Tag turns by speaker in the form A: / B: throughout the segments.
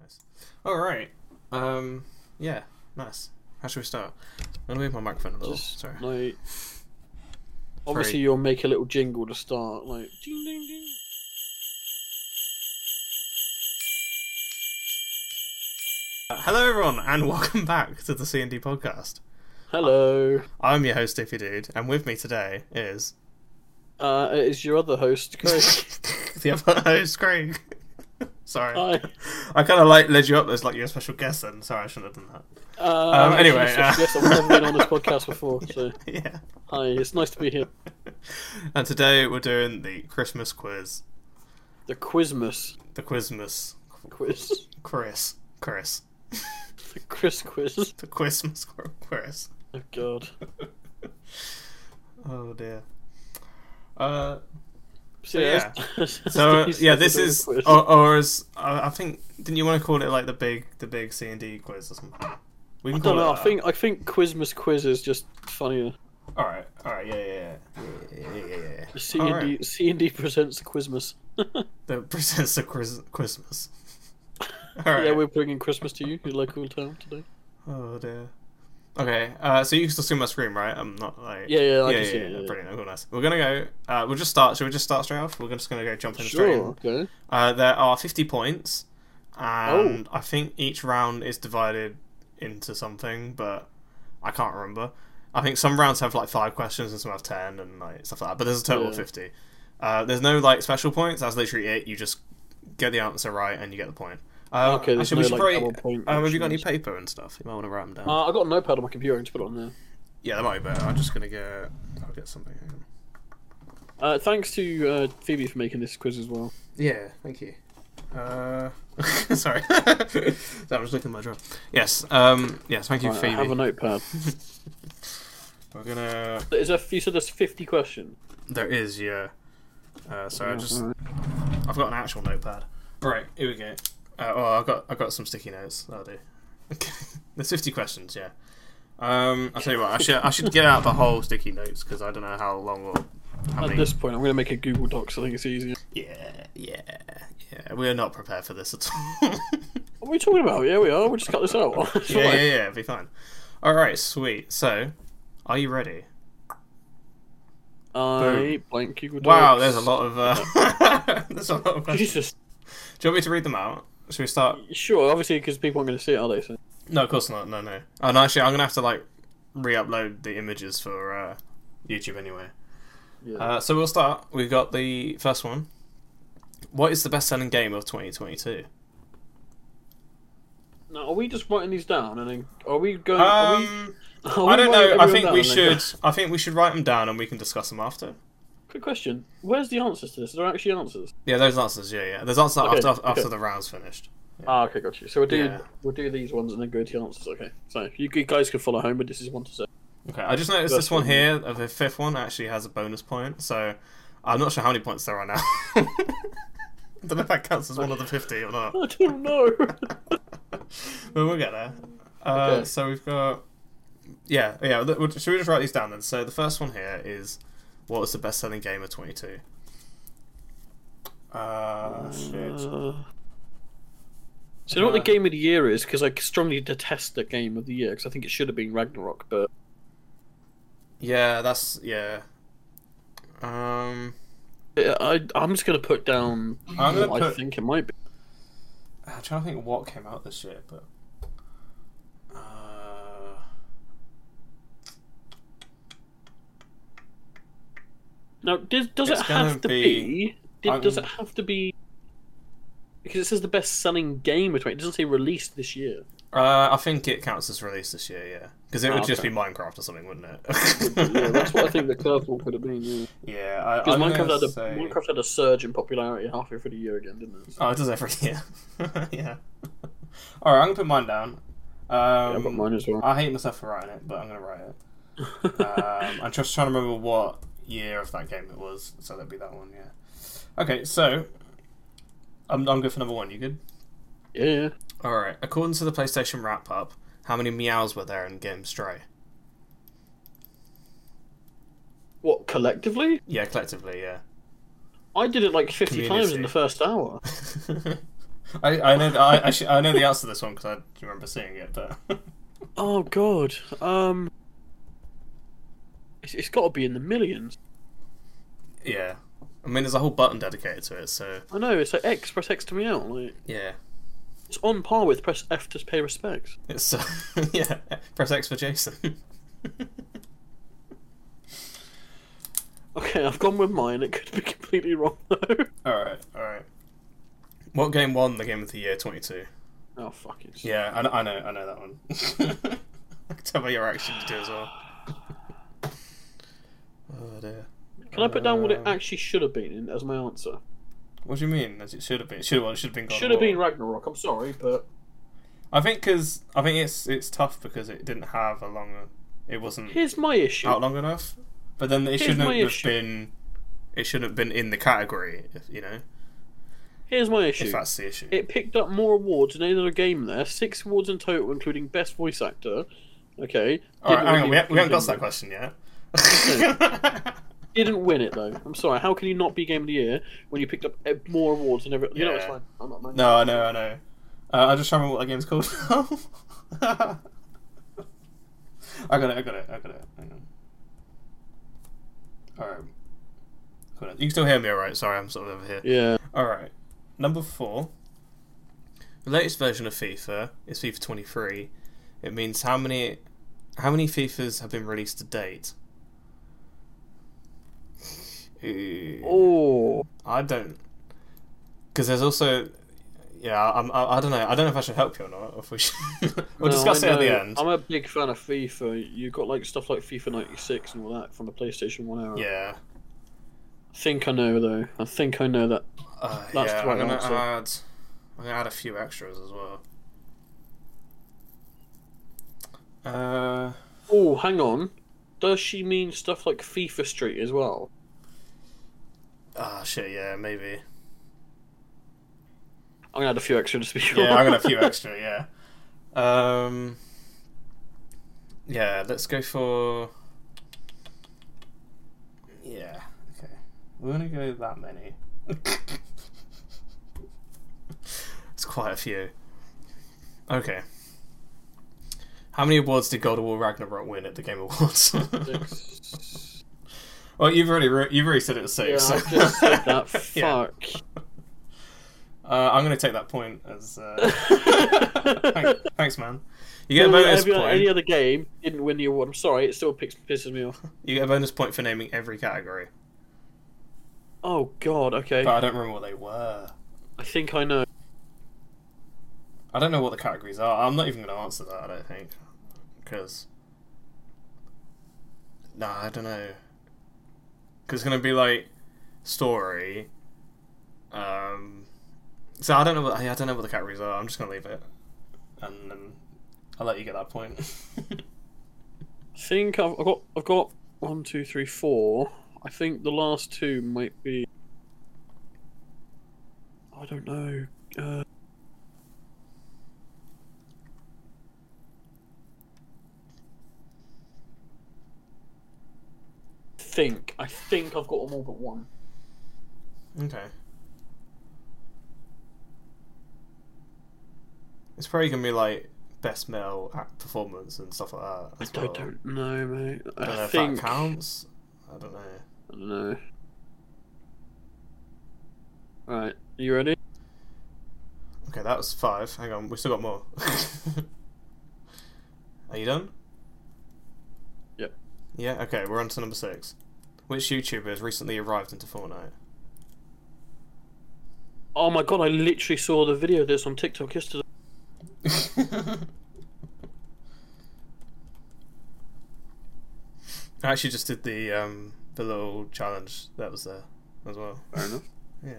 A: nice. All right. Um. Yeah. Nice. How should we start? I'm gonna move my microphone a little.
B: Just
A: Sorry.
B: like obviously
A: Three.
B: you'll make a little jingle to start, like ding ding ding.
A: Uh, hello, everyone, and welcome back to the C and D podcast.
B: Hello.
A: I'm your host, Iffy Dude, and with me today is
B: Uh, it is your other host, Chris.
A: the other host, Craig. Sorry.
B: Hi.
A: I kind of like led you up as like your special guest. Then, sorry, I shouldn't have done
B: Uh,
A: Um,
B: actually,
A: anyway,
B: so-
A: uh,
B: yes, I've never been on this podcast before, so
A: that. Yeah.
B: hi. It's nice to be here.
A: And today we're doing the Christmas quiz.
B: The Quizmas
A: The Quizmas.
B: quiz,
A: Chris. Chris.
B: the Chris quiz.
A: The Christmas quiz.
B: Oh God.
A: Oh dear. Uh,
B: So
A: yeah.
B: that's-
A: so uh,
B: that's the-
A: yeah,
B: that's
A: this
B: the
A: is
B: quiz.
A: or, or is I I think didn't you want to call it like the big the big C and D quiz or something? We can
B: I
A: call
B: don't
A: it
B: know. I
A: that.
B: think I think Quizmas quiz is just funnier.
A: All right, all right, yeah, yeah, yeah, yeah, yeah, yeah. yeah.
B: C
A: All
B: and D
A: right.
B: C and D presents Quizmas.
A: The presents of Chris- Christmas. all right.
B: Yeah, we're bringing Christmas to you, your local town today.
A: Oh dear. Okay, uh, so you can still see my screen, right? I'm not like
B: Yeah, yeah, I
A: yeah,
B: can
A: yeah,
B: see it,
A: yeah,
B: yeah, yeah.
A: brilliant. Cool, nice. We're gonna go. Uh, we'll just start. Should we just start straight off? We're just gonna go jump in straight. in.
B: Sure. Okay.
A: Uh, there are 50 points,
B: Oh.
A: and I think each round is divided into something, but I can't remember. I think some rounds have like five questions and some have ten and like stuff like that, but there's a total of
B: Yeah.
A: 50. Uh, there's no like special points. That's literally it. You just get the answer right and you get the point. Uh,
B: Okay, there's
A: actually, we
B: no,
A: should
B: like,
A: probably.
B: double point
A: Um, have you got any
B: options.
A: paper and stuff? You might want to write them down.
B: Uh, I got a notepad on my computer. I can just put it on there.
A: yeah, that might be better. I'm just gonna get. I'll get something. Hang on.
B: Uh, thanks to uh, Phoebe for making this quiz as well.
A: Yeah, thank you. Uh, sorry, that was looking at my drawer. Yes, um, yes, thank you,
B: Right, I
A: Phoebe.
B: have a notepad.
A: We're gonna.
B: Is there, you said there's 50 questions.
A: There is, yeah. Uh, so I
B: Yeah,
A: just,
B: alright. Mm-hmm.
A: I've got an actual notepad. All right, here we go. Uh, oh, I got, I got some sticky notes. That'll do. Okay, there's 50 questions. Yeah. Um, I tell you what, I should, I should get out the whole sticky notes because I don't know how long or how
B: At
A: many.
B: this point, I'm going to make a Google Doc so I think it's easier.
A: Yeah, yeah, yeah. We're not prepared for this at all.
B: What are we talking about? Yeah, we are. We'll just cut this out. It's
A: yeah,
B: alright.
A: yeah, yeah, it'll be fine. All right, sweet. So, are you ready?
B: I blank Google Docs.
A: Wow, there's a lot of uh, there's a lot of questions.
B: Jesus.
A: Do you want me to read them out? Should we start?
B: Sure, obviously, because people aren't going to see it, are they? So.
A: No, of course not. No, no. Oh, no, actually, I'm gonna have to like re-upload the images for uh, YouTube anyway.
B: Yeah.
A: Uh, so we'll start. We've got the first one. What is the best-selling game of 2022?
B: now, are we just writing these down and then are we going? are we,
A: Um,
B: are we
A: I don't
B: writing
A: know. I
B: everyone
A: think
B: down
A: we
B: and then go-
A: should. I think we should write them down and we can discuss them after.
B: Quick question: Where's the answers to this? Are there actually answers?
A: Yeah, those answers. Yeah, yeah. There's answers
B: Okay,
A: after after
B: okay.
A: the round's finished.
B: Ah, okay, got you. So we'll do
A: Yeah.
B: we'll do these ones and then go to the answers. Okay, so you g- guys can follow home, but this is one to say.
A: Okay, I just noticed this
B: That's
A: one
B: one.
A: here, uh, the fifth one, actually has a bonus point, so I'm not sure how many points there are now. I don't know if that counts as one of the 50 or not.
B: I don't know.
A: But we'll get there. Uh,
B: Okay.
A: So we've got. Yeah, yeah. th- we'll- Should we just write these down then? So the first one here is what was the best selling game of 22? Uh, shit.
B: Uh, so you know what the
A: Uh,
B: game of the year is? Because I strongly detest the game of the year because I think it should have been Ragnarok, but
A: Yeah, that's. Yeah. Um.
B: it, I I'm just gonna put down
A: I'm gonna
B: what I
A: put-
B: think it might be.
A: I'm trying to think what came out this year, but uh,
B: Now, does, does it
A: It's gonna
B: have to
A: be-
B: be? did, does
A: I'm-
B: it have to be? Because it says the best-selling game of 20. It doesn't say released this year.
A: uh, I think it counts as released this year, yeah, because it
B: Ah,
A: would just
B: okay.
A: be Minecraft or something, wouldn't it?
B: yeah, that's what I think the curve one could have been. Yeah.
A: Yeah, I,
B: Because
A: I'm gonna
B: Minecraft had a
A: say-
B: Minecraft had a surge in popularity halfway through the year again, didn't it?
A: Oh, it does every year. yeah. All right, I'm gonna put mine down. Um,
B: yeah, I got mine as well.
A: I hate myself for writing it, but I'm gonna write it. Um, I'm just trying to remember what year of that game it was, so that'd be that one. Yeah. Okay, so I'm I'm good for number one. You good?
B: yeah, yeah.
A: All right. According to the PlayStation wrap up, how many meows were there in Game Stray?
B: What collectively?
A: Yeah, collectively, yeah.
B: I did it like fifty times
A: Community.
B: in the first hour.
A: I, I know that I, I, sh- I know the answer to this one because I remember seeing it, but
B: Oh god. Um. It's, it's got to be in the millions.
A: yeah. I mean, there's a whole button dedicated to it, so
B: I know. It's like X press X to me out. Like
A: yeah.
B: it's on par with press F to pay respects.
A: It's uh, yeah. Press X for Jason.
B: Okay, I've gone with mine. It could be completely wrong though.
A: all right, all right. What game won the game of the year 22?
B: Oh fuck it.
A: Yeah, I, kn- I know, I know that one. I can tell by your reaction you do as well. oh dear.
B: Can I put down what it
A: Um,
B: actually should have been in, as my answer?
A: What do you mean? As it should have been. Should well, it should have been. God of
B: Should have
A: War.
B: been Ragnarok. I'm sorry, but
A: I think because I think it's it's tough because it didn't have a long. It wasn't
B: here's my issue.
A: out long enough. But then it shouldn't
B: my
A: have
B: issue.
A: been. It shouldn't have been in the category. If, you know,
B: Here's my issue.
A: if that's the issue.
B: It picked up more awards than any other game there. Six awards in total, including Best Voice Actor. Okay.
A: All right,
B: Didn't
A: hang on.
B: win
A: We,
B: it,
A: ha- we haven't got to that
B: didn't
A: question yet.
B: Didn't win it though. I'm sorry. How can you not be Game of the Year when you picked up eh, more awards than every? You know,
A: Yeah.
B: it's fine. I'm not mine.
A: no, I know, I know. Uh, I just remember what the game's called. now. I got it. I got it. I got it. Hang on. All right. Got it. You can still hear me, all right? Sorry, I'm sort of over here.
B: Yeah.
A: All right. Number four. The latest version of FIFA is FIFA 23. It means how many how many FIFAs have been released to date? Ooh,
B: Oh.
A: I don't. Because there's also, yeah, I'm, I, I don't know. I don't know if I should help you or not. or If we should, we'll
B: No,
A: discuss
B: I
A: it at the
B: know.
A: end.
B: I'm a big fan of FIFA. You got like stuff like FIFA '96 and all that from the PlayStation One era.
A: Yeah,
B: I think I know though. I think I know that.
A: uh,
B: That's
A: yeah.
B: the right
A: I'm gonna
B: answer.
A: add. I'm gonna add a few extras as well. Uh.
B: Oh, hang on. Does she mean stuff like FIFA Street as well?
A: Ah, shit, yeah, maybe.
B: I'm gonna add a few extra to be sure.
A: Yeah, I got a few extra, yeah. Um, yeah, let's go for. Yeah, okay. We're gonna go that many. it's quite a few. Okay. How many awards did God of War Ragnarok win at the Game Awards?
B: Six.
A: well, you've already re- you've already said it was
B: Yeah,
A: six.
B: I just said that.
A: Yeah.
B: Fuck.
A: Uh, I'm going to take that point as. Uh... Thank- thanks, man. You get a bonus
B: Every-
A: point.
B: Any other game didn't win the award. I'm sorry, it still picks, pisses me off.
A: You get a bonus point for naming every category,
B: Oh god, okay.
A: but I don't remember what they were.
B: I think I know.
A: I don't know what the categories are. I'm not even going to answer that. I don't think because. Nah, I don't know. Because it's going to be like story. Um, so I don't know. What, I don't know what the categories are. I'm just going to leave it, and then I'll let you get that point.
B: I think I've, I've got. I've got one, two, three, four. I think the last two might be. I don't know. Uh, think I think I've got them all but one.
A: Okay. It's probably gonna be like best male act performance and stuff like that.
B: I
A: as well.
B: don't, don't know, mate. I,
A: I don't know if
B: think
A: that counts. I don't know.
B: I don't know. Right, you ready?
A: Okay, that was five. Hang on, we still got more. Are you done?
B: Yep.
A: Yeah. Okay, we're on to number six. Which YouTuber has recently arrived into Fortnite?
B: Oh my god, I literally saw the video of this on TikTok yesterday.
A: I actually just did the um, the little challenge that was there as well.
B: Fair enough.
A: Yeah.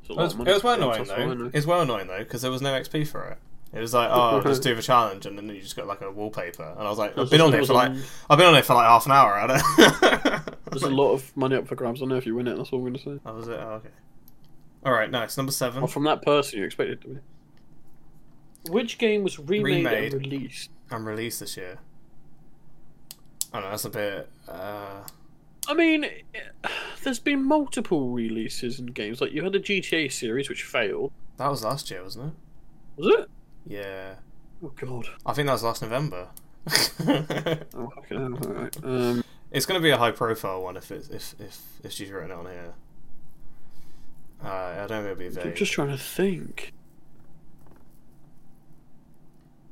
B: It's a
A: It
B: lot
A: was,
B: of
A: it
B: money.
A: was well
B: Yeah,
A: annoying
B: it's also
A: though.
B: annoying.
A: It's well annoying though because there was no XP for it. It was like, oh, just do the challenge, and then you just got like a wallpaper. And I was like, I've been on it for like, I've been on it for like half an hour. I
B: There's a
A: don't.
B: lot of money up for grabs. I don't know if you win it, that's all I'm going to say.
A: that was it. Oh, okay. All right, nice. Number seven.
B: Well, from that person, you expected to win it. Which game was remade,
A: Remade.
B: and released?
A: I'm released this year. Oh, I don't know. That's a bit. Uh,
B: I mean, it- there's been multiple releases in games. Like you had a GTA series which failed.
A: That was last year, wasn't it?
B: Was it?
A: Yeah.
B: Oh god.
A: I think that was last November.
B: Oh, fucking hell. All right. Um,
A: it's going to be a high profile one if it's if if if she's written it on here. Uh, I don't know if it'll be
B: I'm
A: vague.
B: just trying to think.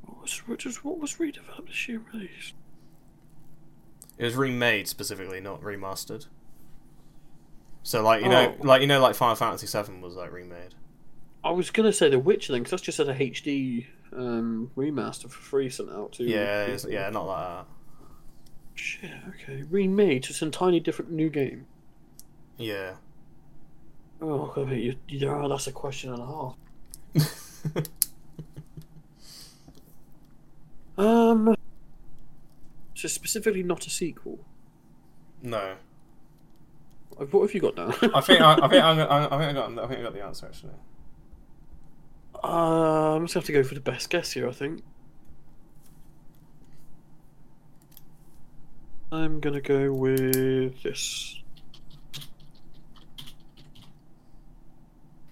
B: What was just what was redeveloped this year released?
A: It was remade specifically, not remastered. So like you know, like you know, like Final Fantasy VII was like remade.
B: I was gonna say The Witcher then, because that's just had a HD um, remaster for free sent out to.
A: Yeah, it's, yeah, not like that.
B: Shit. Okay, remade. So it's an entirely different new game.
A: Yeah.
B: Oh god, mate, you, you, oh, that's a question and a half. Um. So specifically, not a sequel.
A: no,
B: Uh, What have you got now?
A: I think I, I think I'm, I, I think I got I think I got the answer actually.
B: Uh, I'm just gonna have to go for the best guess here. I think. I'm gonna go with this.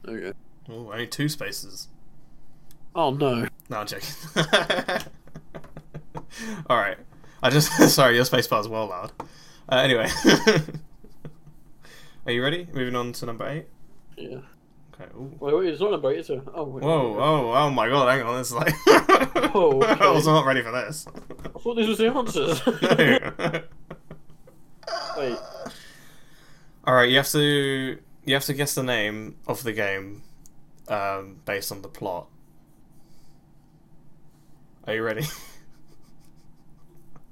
B: Okay.
A: Oh, only two spaces.
B: Oh no.
A: No, I'm joking. All right. I just sorry, your spacebar is well loud. Uh, anyway, are you ready? Moving on to number eight.
B: Yeah.
A: Okay. Ooh.
B: Wait, wait. It's not a break, is it? Oh. Wait,
A: Whoa!
B: wait.
A: Oh! Oh my God! Hang on. It's like
B: Oh, okay.
A: I was not ready for this.
B: I thought this was the answer. wait.
A: All right. You have to you have to guess the name of the game um, based on the plot. Are you ready?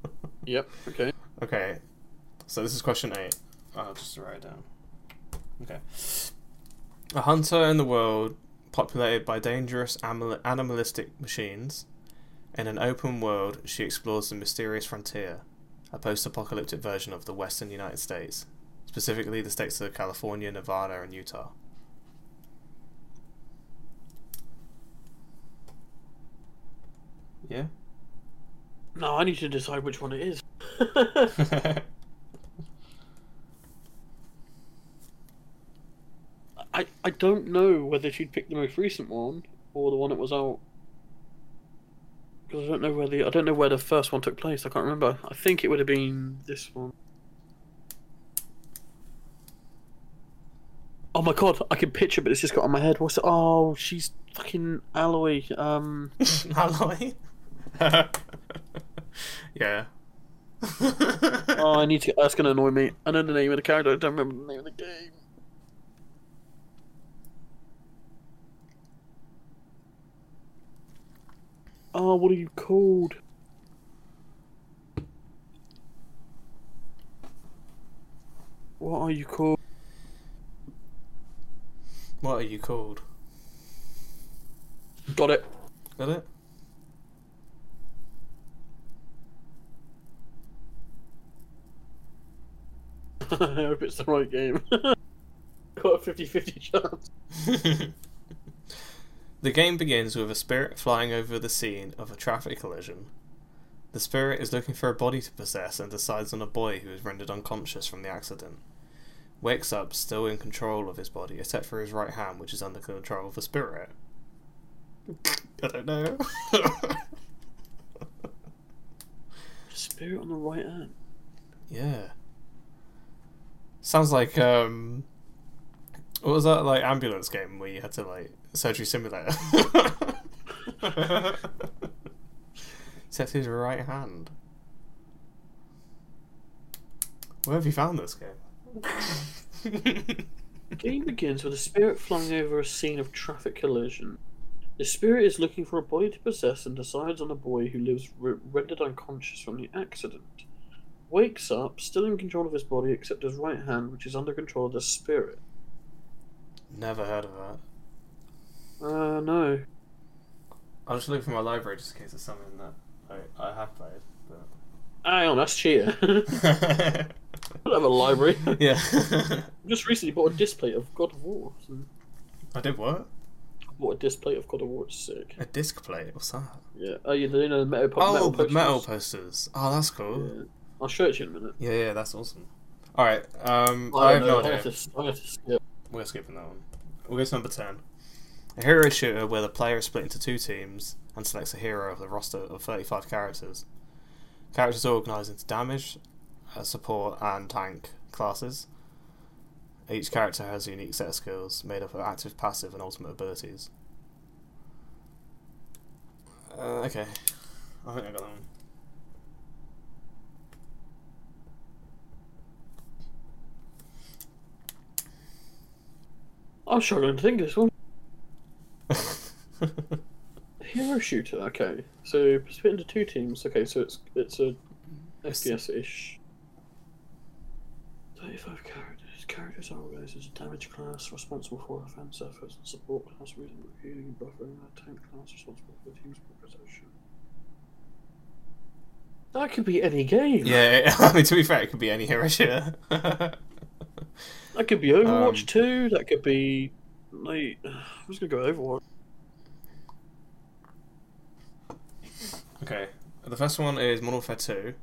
B: Yep. Okay.
A: Okay, so this is question eight. I'll Oh, just write it down. Okay. A hunter in the world populated by dangerous animal- animalistic machines. In an open world, she explores the mysterious frontier, a post apocalyptic version of the western United States, specifically the states of California, Nevada, and Utah. Yeah?
B: No, I need to decide which one it is. I, I don't know whether she'd pick the most recent one or the one that was out. Because I don't know where the I don't know where the first one took place. I can't remember. I think it would have been this one. Oh my god, I can picture, but it's just got on my head. What's it? Oh, she's fucking Alloy. Um,
A: Alloy? yeah.
B: oh, I need to. That's gonna annoy me. I know the name of the character. I don't remember the name of the game. Oh, what are you called? What are you called?
A: What are you called?
B: Got it.
A: Got it?
B: I hope it's the right game. Got a 50 50 chance.
A: the game begins with a spirit flying over the scene of a traffic collision. The spirit is looking for a body to possess and decides on a boy who is rendered unconscious from the accident. Wakes up still in control of his body, except for his right hand, which is under control of the spirit. I don't know.
B: Spirit on the right hand.
A: yeah. Sounds like um what was that like ambulance game where you had to like surgery simulator? Set his right hand. Where have you found this game?
B: The game begins with a spirit flying over a scene of traffic collision. The spirit is looking for a body to possess and decides on a boy who lives re- rendered unconscious from the accident. Wakes up, still in control of his body except his right hand, which is under control of the spirit.
A: Never heard of that.
B: Uh, no.
A: I'm just looking for my library just in case there's something that I, I have played.
B: Hang on, that's cheater. I
A: But...
B: don't have a library.
A: yeah.
B: Just recently bought a disc plate of God of War. So
A: I did what?
B: I bought a disc plate of God of War. It's sick.
A: A disc plate? What's that?
B: Yeah. Oh, yeah, you know, the metal,
A: Oh,
B: metal
A: the metal
B: posters.
A: posters. Oh, that's cool.
B: Yeah. I'll show it to you in a minute.
A: Yeah, yeah, that's awesome. All right. Um,
B: I,
A: I have
B: don't know,
A: no
B: I
A: idea.
B: have to- I have to skip.
A: We're skipping that one. We'll go to number 10. A hero shooter where the player is split into two teams and selects a hero of the roster of 35 characters. Characters are organised into damage, uh, support, and tank classes. Each character has a unique set of skills made up of active, passive, and ultimate abilities. Uh, okay. I think I got that one.
B: I'm struggling to think of this one. Hero shooter. Okay, so split into two teams. Okay, so it's it's a
A: It's-
B: FPS ish. Thirty-five characters. Characters are organized as a damage class responsible for offense efforts and support class reasonable for healing and buffering. and A tank class responsible for the team's protection. That could be any game.
A: yeah, I mean, to be fair, it could be any hero shooter.
B: That could be Overwatch
A: Um,
B: two. That could be like I'm just gonna go Overwatch.
A: Okay. The first one is Modern Warfare 2.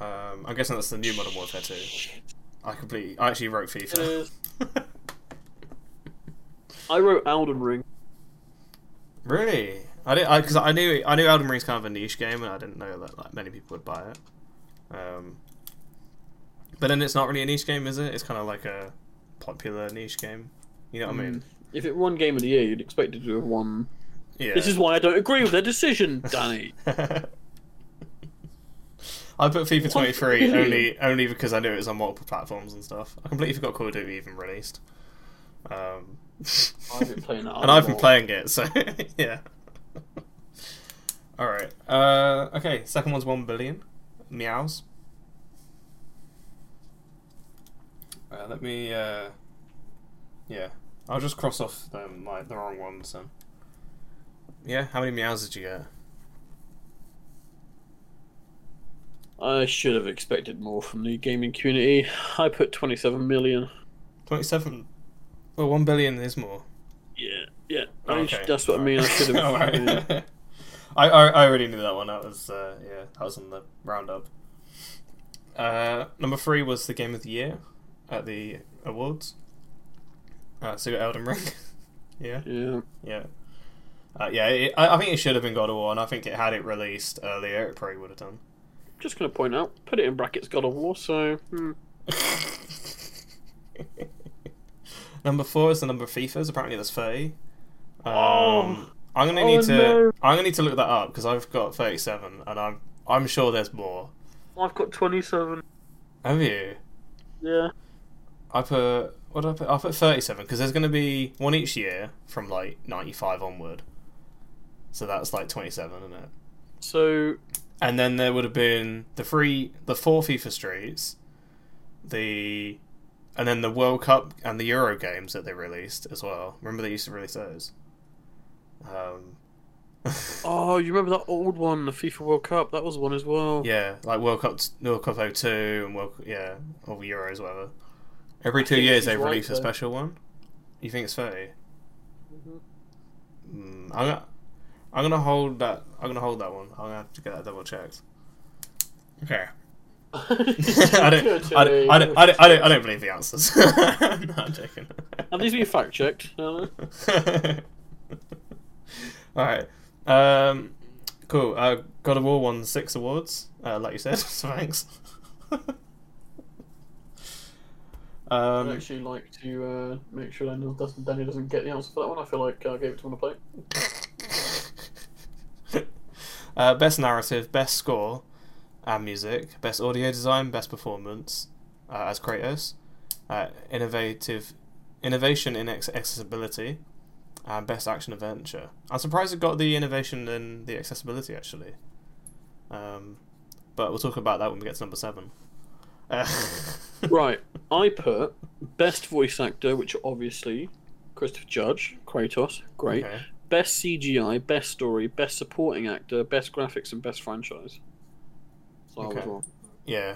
A: Um, I'm guessing that's the new Modern Warfare 2.
B: Shit.
A: I completely. I actually wrote
B: It
A: FIFA.
B: is. Uh, I wrote Elden Ring.
A: really? I did because I, knew I knew Elden Ring's kind of a niche game, and I didn't know that like many people would buy it. Um, but then it's not really a niche game, is it? It's kind of like a popular niche game. You know what I mean?
B: If it won Game of the Year, you'd expect it to have won.
A: Yeah.
B: This is why I don't agree with their decision, Danny.
A: I put FIFA
B: What?
A: 23
B: Really?
A: only only because I knew it was on multiple platforms and stuff. I completely forgot Call of Duty even released. Um,
B: I've been playing that.
A: and I've been playing it, so yeah. All right. Uh, okay. Second one's one billion meows. Uh, let me. Uh, yeah, I'll just cross off um, my the wrong ones. Then. Yeah. How many meows did you get?
B: I should have expected more from the gaming community. I put 27 million.
A: 27. Well, 1 billion is more.
B: Yeah, yeah.
A: Oh,
B: I
A: okay.
B: sh- that's what I mean. I should have.
A: Alright.
B: yeah.
A: I, I, I already knew that one. That was, uh, yeah, that was on the roundup. Uh, number three was the game of the year at the awards. Uh, so you got Elden Ring. yeah,
B: Yeah.
A: yeah. Uh, yeah, it, I, I think it should have been God of War, and I think it had it released earlier, it probably would have done.
B: Just gonna point out, put it in brackets, God of War. So hmm,
A: number four is the number of FIFAs. Apparently, that's thirty. Um,
B: Oh.
A: I'm gonna
B: Oh,
A: need to.
B: no.
A: I'm gonna need to look that up because I've got thirty-seven, and I'm I'm sure there's more.
B: I've got 27.
A: Have you?
B: Yeah.
A: I put what did I put? I put thirty-seven because there's gonna be one each year from like ninety-five onward. So that's like twenty-seven, isn't it?
B: So
A: And then there would have been the three, the four FIFA streets, the, and then the World Cup and the Euro games that they released as well. Remember they used to release those. Um,
B: Oh, you remember that old one, the FIFA World Cup? That was one as well.
A: yeah, like World Cup, World Cup 02 and World, yeah, or Euros, whatever. Every two
B: think
A: years
B: she's
A: they
B: right,
A: release a
B: though.
A: special one. You think it's thirty?
B: Mm-hmm.
A: Mm, I'm gonna, I'm gonna hold that. I'm gonna hold that one. I'm gonna have to get that double checked. Okay. I don't, I don't, I don't, I don't, I don't, I don't believe the answers. no, I'm joking.
B: Have these been fact checked? No.
A: All right. Um, cool. Uh, God of War won six awards, uh, like you said. So thanks.
B: I'd
A: um,
B: actually like to uh, make sure that Dustin Danny doesn't get the answer for that one. I feel like I gave it to one to play.
A: uh, best narrative, best score, and music, best audio design, best performance uh, as Kratos, uh, innovative innovation in ex- accessibility, and best action adventure. I'm surprised it got the innovation in the accessibility actually, um, but we'll talk about that when we get to number seven. Uh,
B: Right, I put best voice actor, which are obviously Christopher Judge, Kratos, great.
A: okay.
B: Best CGI, best story, best supporting actor, best graphics, and best franchise. So I was
A: Okay.
B: wrong.
A: Yeah.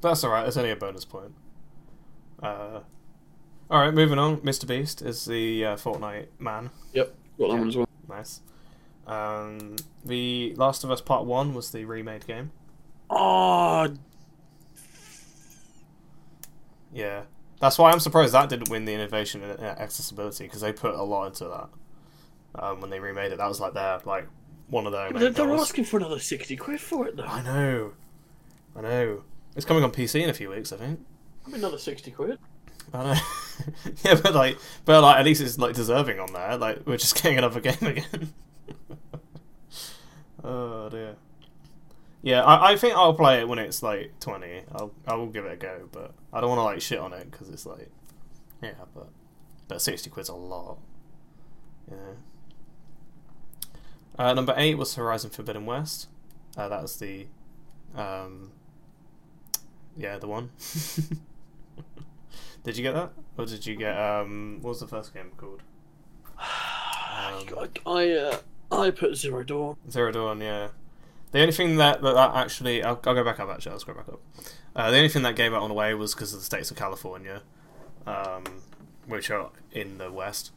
A: That's alright, that's only a bonus point. Uh, alright, moving on. Mr. Beast is the uh, Fortnite man.
B: Yep, got that
A: Okay.
B: one as well.
A: Nice. Um, the
B: Ah!
A: Last of Us Part 1 was the remade game.
B: Oh,
A: Yeah, that's why I'm surprised that didn't win the innovation and uh, accessibility because they put a lot into that um, when they remade it. That was like their like one of their.
B: But
A: main
B: they're, they're
A: goals.
B: asking for another 60 quid for it, though.
A: I know, I know. It's coming on PC in a few weeks, I think.
B: I mean, another 60 quid.
A: I know. yeah, but like, but like, at least it's like deserving on there. Like, we're just getting another game again. oh dear. Yeah, I, I think I'll play it when it's like twenty. I'll I will give it a go, but I don't want to like shit on it because it's like, yeah, but but sixty quid's a lot. Yeah. Uh, number eight was Horizon Forbidden West. Uh, that was the, um, yeah, the one. Did you get that, or did you get um? What was the first game called? Um,
B: God, I, uh, I put Zero Dawn.
A: Zero Dawn. Yeah. The only thing that that, that actually, I'll, I'll go back up. Actually, I'll scroll back up. Uh, the only thing that gave out on the way was because of the states of California, um, which are in the west.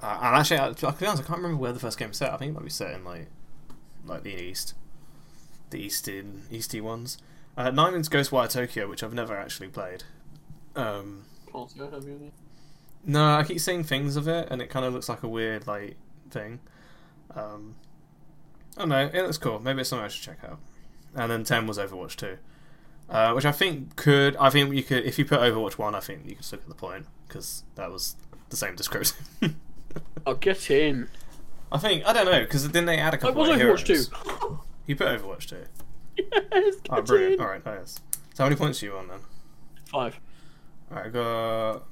A: Uh, and actually, I, to be honest, I can't remember where the first game was set. I think it might be set in like, like the east, the eastern, easty ones. Uh, Nine is Ghostwire Tokyo, which I've never actually played. Um,
B: Can't see I have you
A: no, I keep seeing things of it, and it kind of looks like a weird like thing. Um, I don't know. It looks cool. Maybe it's something I should check out. And then ten was Overwatch two, uh, which I think could. I think you could if you put Overwatch one. I think you could still get the point because that was the same description.
B: I'll get in.
A: I think I don't know because didn't they add a
B: I
A: couple
B: was
A: of heroes?
B: Overwatch 2.
A: You put Overwatch two.
B: yes, get
A: Oh, brilliant!
B: in.
A: All right, nice. So how many points are you on then?
B: Five.
A: All right, I got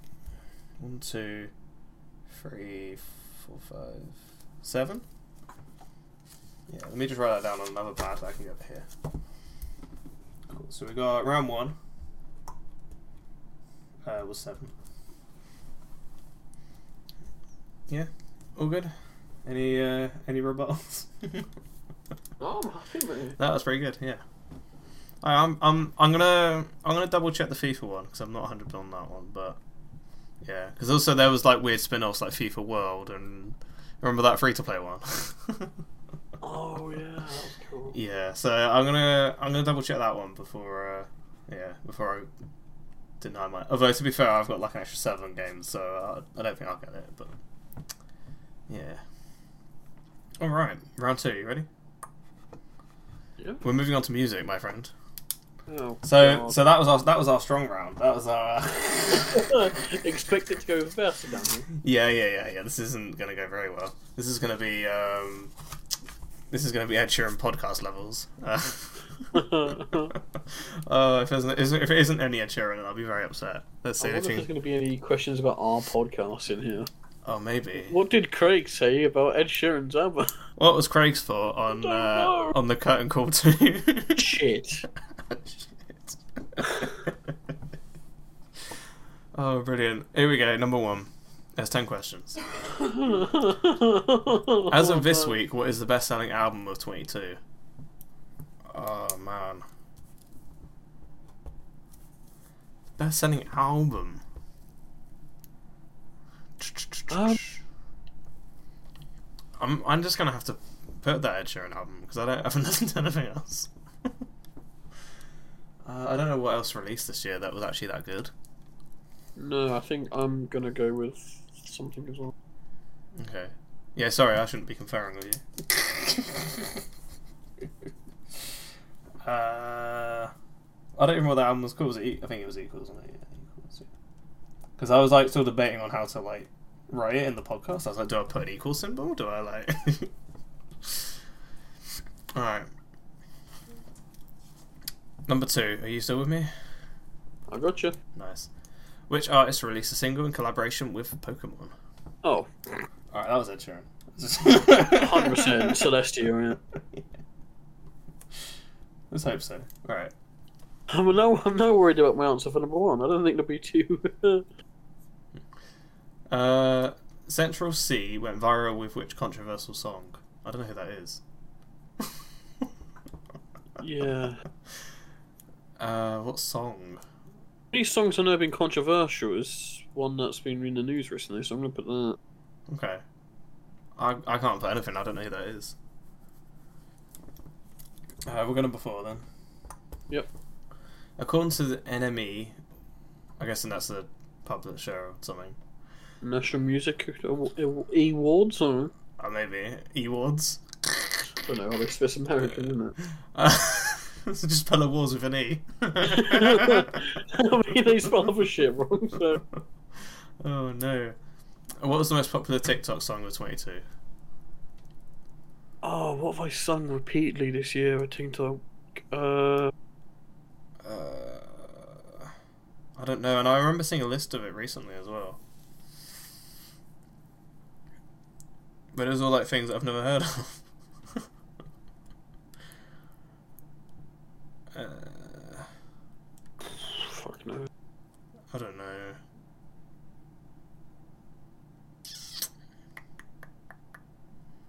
A: one, two, three, four, five, seven. Yeah, let me just write that down on another pad that I can get up here. Cool. So we got round one. Uh, was seven. Yeah, all good. Any uh, any rebuttals?
B: Oh, I'm happy, mate.
A: That was pretty good. Yeah. I, I'm I'm I'm gonna I'm gonna double check the FIFA one because I'm not 100 on that one, but yeah, because also there was like weird spin-offs like FIFA World and remember that free to play one.
B: Oh, yeah, that was cool.
A: yeah, so I'm gonna I'm gonna double check that one before uh, yeah before I deny my. Although to be fair, I've got like an extra seven games, so I, I don't think I'll get it. But yeah. All right, round two. You ready?
B: Yeah.
A: We're moving on to music, my friend.
B: Oh,
A: So
B: God.
A: so that was our that was our strong round. That was our
B: Expect it to go faster than me.
A: yeah yeah yeah yeah. This isn't gonna go very well. This is gonna be um, this is gonna be Ed Sheeran podcast levels. Uh, oh, if, there's, isn't- if it isn't only Ed Sheeran, then I'll be very upset. That's
B: I
A: the only
B: wonder if there's
A: thing.
B: going to be any questions about our podcast in here.
A: Oh maybe.
B: What did Craig say about Ed Sheeran's album?
A: What was Craig's thought on
B: don't
A: uh,
B: know.
A: on the curtain call too?
B: Shit.
A: oh brilliant! Here we go. Number one. There's ten questions. As
B: Oh,
A: of this week, what is the best selling album of 22? Oh, man. Best selling album?
B: Um.
A: I'm, I'm just going to have to put that Ed Sheeran album because I, don't- I haven't listened to anything else. uh, I don't know what else released this year that was actually that good.
B: No, I think I'm going to go with something as well.
A: Okay. Yeah, sorry, I shouldn't be conferring with you. uh, I don't even know what that album was called. Was it e- I think it was Equals, wasn't it? Yeah, Because I was like still debating on how to like write it in the podcast. I was like, do I put an equal symbol? Do I like? All right. Number two. Are you still with me?
B: I gotcha.
A: Nice. Which artist released a single in collaboration with Pokemon?
B: Oh,
A: All right, that was Ed Sheeran.
B: 100% Celestia, yeah.
A: Let's hope so. All right.
B: I'm no, I'm no worried about my answer for number one. I don't think it'll be too.
A: Uh, Central C went viral with which controversial song? I don't know who that is.
B: yeah.
A: Uh, what song?
B: These songs I know have been controversial. Is one that's been in the news recently, so I'm going to put that.
A: Okay. I, I can't put anything. I don't know who that is. Uh, we're going to before then.
B: Yep.
A: According to the NME, I guess and that's the publisher or something.
B: National Music Aw- Awards, or
A: Or Oh, maybe Ewards.
B: I don't know, it's Swiss American, isn't it?
A: Uh, just spell awards with an E.
B: I mean, they spell other shit wrong, so.
A: oh no. What was the most popular TikTok song of 22?
B: Oh, what have I sung repeatedly this year? I think I. Uh,
A: Uh, I don't know, and I remember seeing a list of it recently as well. But it was all like things that I've never heard of. uh,
B: fuck no.
A: I don't know.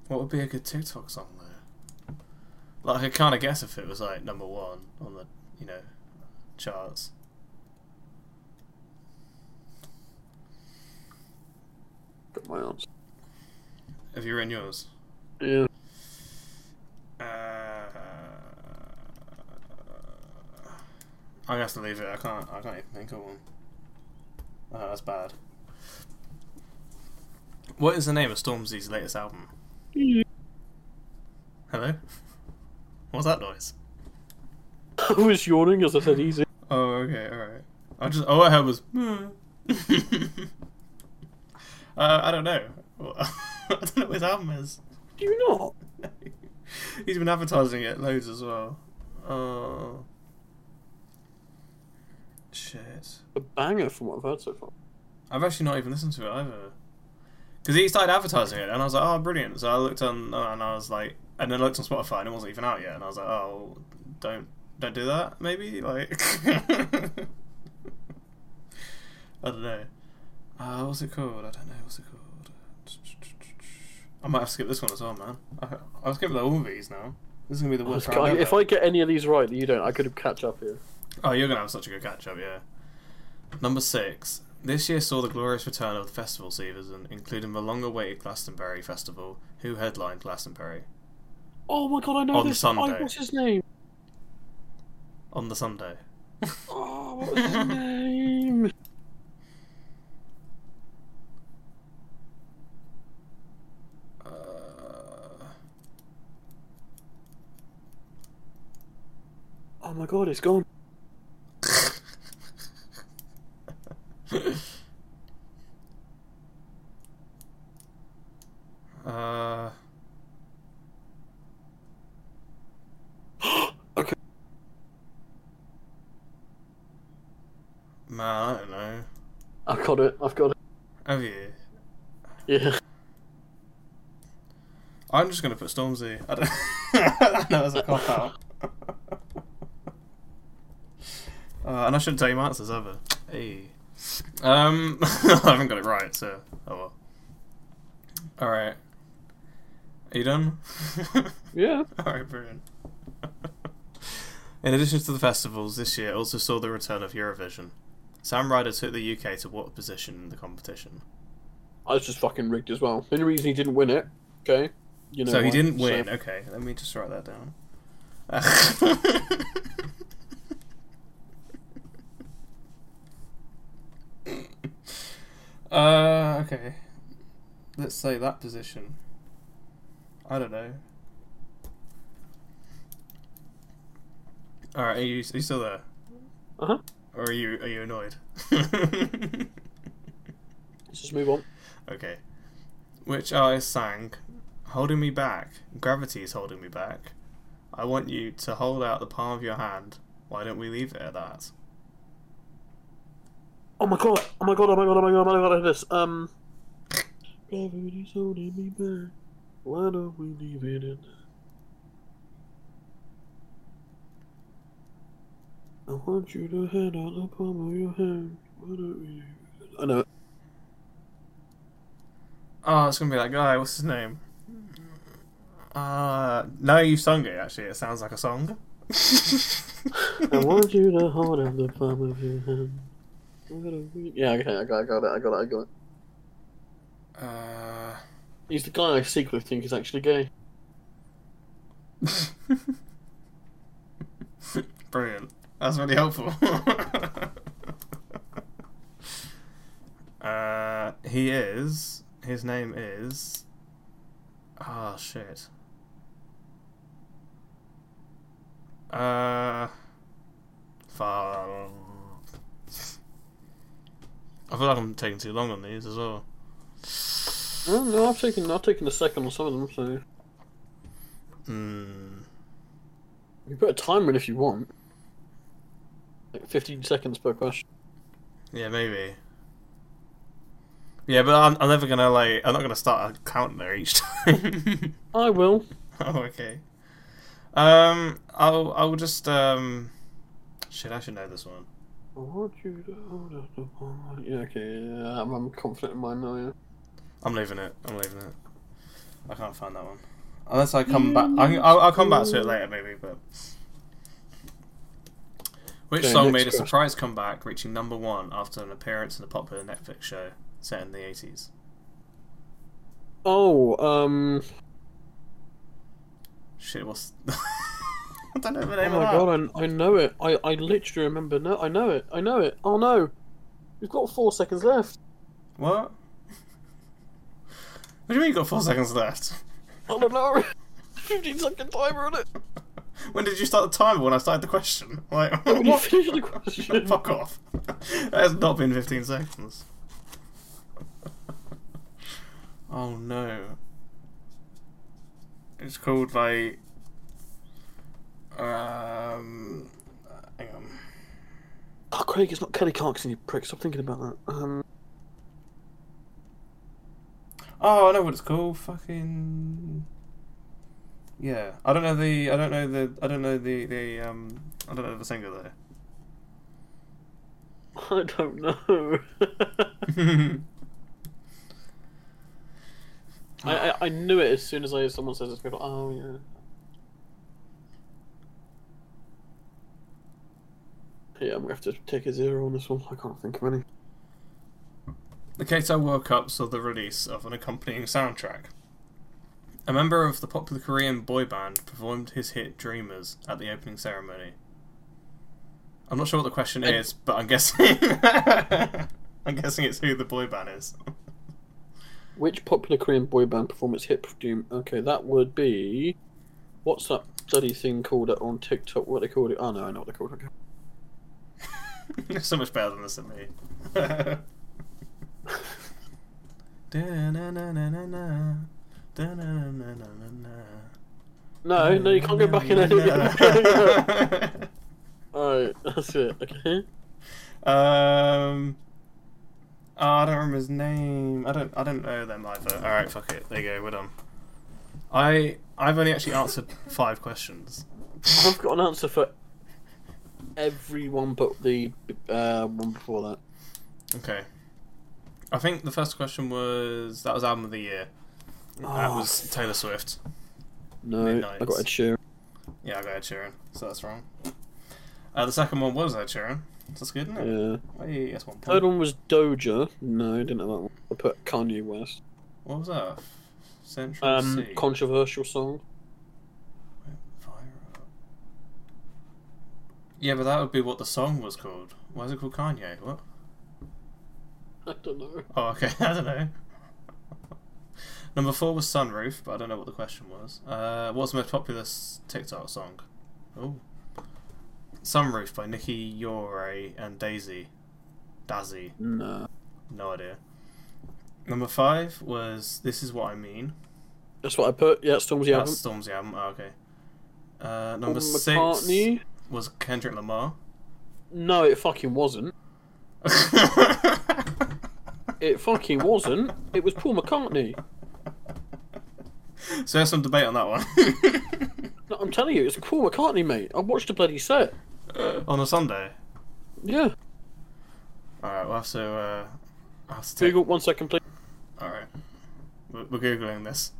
A: What would be a good TikTok song though? Like I kind of guess if it was like number one on the you know charts.
B: Got my answer.
A: Have you written yours?
B: Yeah.
A: Uh, I have to leave it. I can't. I can't even think of one. Oh, that's bad. What is the name of Stormzy's latest album? Hello. What's that noise?
B: I was yawning as I said easy.
A: Oh, okay, alright. I just all I had was. "Hmm." uh, I don't know. I don't know what his album is.
B: Do you not?
A: He's been advertising it loads as well. Oh. Shit.
B: A banger from what I've heard so far.
A: I've actually not even listened to it either. Because he started advertising it, and I was like, oh, brilliant. So I looked on, uh, and I was like, and then I looked on Spotify, and it wasn't even out yet. And I was like, oh, don't, don't do that, maybe? Like, I don't know. Uh, what's it called? I don't know. What's it called? I might have skipped this one as well, man. I, I'll skip the all of these now. This is going to be the worst round
B: if
A: ever.
B: I get any of these right that you don't, I could catch up here.
A: Oh, you're gonna have such a good catch up, yeah. Number six. This year saw the glorious return of the festival season, including the long awaited Glastonbury Festival. Who headlined Glastonbury?
B: Oh my god, I know
A: On
B: this.
A: Sunday.
B: I, what's his name?
A: On the Sunday.
B: Oh, what was his name?
A: Uh...
B: Oh my god, it's gone.
A: uh...
B: Okay.
A: Man, I don't know.
B: I've got it. I've got it.
A: Have you?
B: Yeah.
A: I'm just gonna put Stormzy. I don't. I know it's a cop out. uh, and I shouldn't tell you my answers either. Hey. Um, I haven't got it right, so oh well. All right. Are you done?
B: Yeah.
A: All right, brilliant. In addition to the festivals, this year also saw the return of Eurovision. Sam Ryder took the UK to what position in the competition?
B: I was just fucking rigged as well. The only reason he didn't win it, okay? You know
A: so he
B: why,
A: didn't
B: so-
A: win. Okay, let me just write that down. uh, okay. Let's say that position. I don't know. All right, are you, are you still there,
B: Uh-huh.
A: or are you are you annoyed?
B: Let's just move on.
A: Okay. Which artist sang Holding Me Back? Gravity is holding me back. I want you to hold out the palm of your hand. Why don't we leave it at that?
B: Oh my god! Oh my god! Oh my god! Oh my god! Oh my god! I heard this. Um. Gravity's holding me back. Why don't we leave it in? I want you to hand out the palm of your hand. Why don't we leave it in? I know.
A: Oh, it's gonna be that guy. What's his name? Uh, now you've sung it, actually. It sounds like a song.
B: I want you to hold out the palm of your hand. Why don't we... Yeah, okay, I got, I got it, I got it, I got it.
A: uh,
B: He's the guy I secretly think is actually gay.
A: brilliant. That's really helpful. uh, he is. His name is. Ah, shit. Uh. Fuck. I feel like I'm taking too long on these as well.
B: No, no, I've taken I've taken a second on some of them. So
A: Mm.
B: you put a timer in if you want, like fifteen seconds per question.
A: Yeah, maybe. Yeah, but I'm, I'm never gonna like. I'm not gonna start a count there each time.
B: I will.
A: oh, okay. Um, I'll I'll just um. Shit, I should know this one.
B: What you do- Yeah, okay, yeah, I'm, I'm confident in mine now. Yeah.
A: I'm leaving it. I'm leaving it. I can't find that one. Unless I come back, I, can- I'll, I'll come back to it later, maybe. But which
B: Okay,
A: song
B: next
A: made a
B: question.
A: surprise comeback, reaching number one after an appearance in a popular Netflix show set in the eighties?
B: Oh, um,
A: Shit, what's I don't know the
B: oh
A: name
B: my
A: of that.
B: god, I, I know it. I, I literally remember. No, I know it. I know it. Oh no, we've got four seconds left.
A: What? What do you mean you've got four seconds left?
B: I don't know. Fifteen second timer on it.
A: When did you start the timer when I started the question? Like,
B: When you
A: what?
B: finish the question.
A: Fuck off. that has not been 15 seconds. oh no. It's called like. Um. Hang on.
B: Oh, Craig, it's not Kelly Clarkson, you prick. Stop thinking about that. Um,
A: Oh, I know what it's called. Fucking yeah. I don't know the. I don't know the. I don't know the. The um. I don't know the singer though.
B: I don't know. I, I, I knew it as soon as I someone says it's people. Oh yeah. Yeah, I'm gonna have to take a zero on this one. I can't think of any.
A: the Kato World Cup saw the release of an accompanying soundtrack. A member of the popular Korean boy band performed his hit "Dreamers" at the opening ceremony. I'm not sure what the question
B: And-
A: is, but I'm guessing. I'm guessing it's who the boy band is.
B: Which popular Korean boy band performance hit Doom? Okay, that would be. What's that bloody thing called it on TikTok? What they called it? Oh no, I know what they called it.
A: You're so much better than this than me. Da-na-na-na-na-na. Da-na-na-na-na-na.
B: No, no, you can't go back in any. Alright, that's it. Okay.
A: um. Oh, I don't remember his name. I don't. I don't know them either. All right, fuck it. There you go. We're done. I I've only actually answered five questions.
B: I've got an answer for everyone but the uh, one before that.
A: Okay. I think the first question was that was album of the year. That
B: Oh,
A: was Taylor Swift.
B: No,
A: Midnights.
B: I got Ed Sheeran.
A: Yeah, I got Ed Sheeran, so that's wrong. Uh, the second one was Ed Sheeran. So that's good, isn't it?
B: Yeah.
A: Hey, that's one point.
B: Third one was Doja. No, I didn't have that one. I put Kanye West.
A: What was that? Central
B: Um,
A: C.
B: controversial song.
A: Viral. Yeah, but that would be what the song was called. Why is it called Kanye? What?
B: I don't know.
A: Oh, okay. I don't know. Number four was Sunroof, but I don't know what the question was. Uh, what's the most popular s- TikTok song? Oh. Sunroof by Nikki Yore and Daisy. Dazzy.
B: No,
A: No idea. Number five was This Is What I Mean.
B: that's what I put. Yeah, it's Stormzy album.
A: That's Stormzy album. Oh, okay. Uh,
B: Paul
A: number six
B: McCartney.
A: was Kendrick Lamar.
B: No, it fucking wasn't. It fucking wasn't. It was Paul McCartney.
A: so there's some debate on that one.
B: No, I'm telling you, it's Paul McCartney, mate. I watched the bloody set.
A: on a Sunday.
B: Yeah.
A: All right, we'll have to. Uh, I'll have to take...
B: Google one second, please.
A: All right, we're, we're googling this.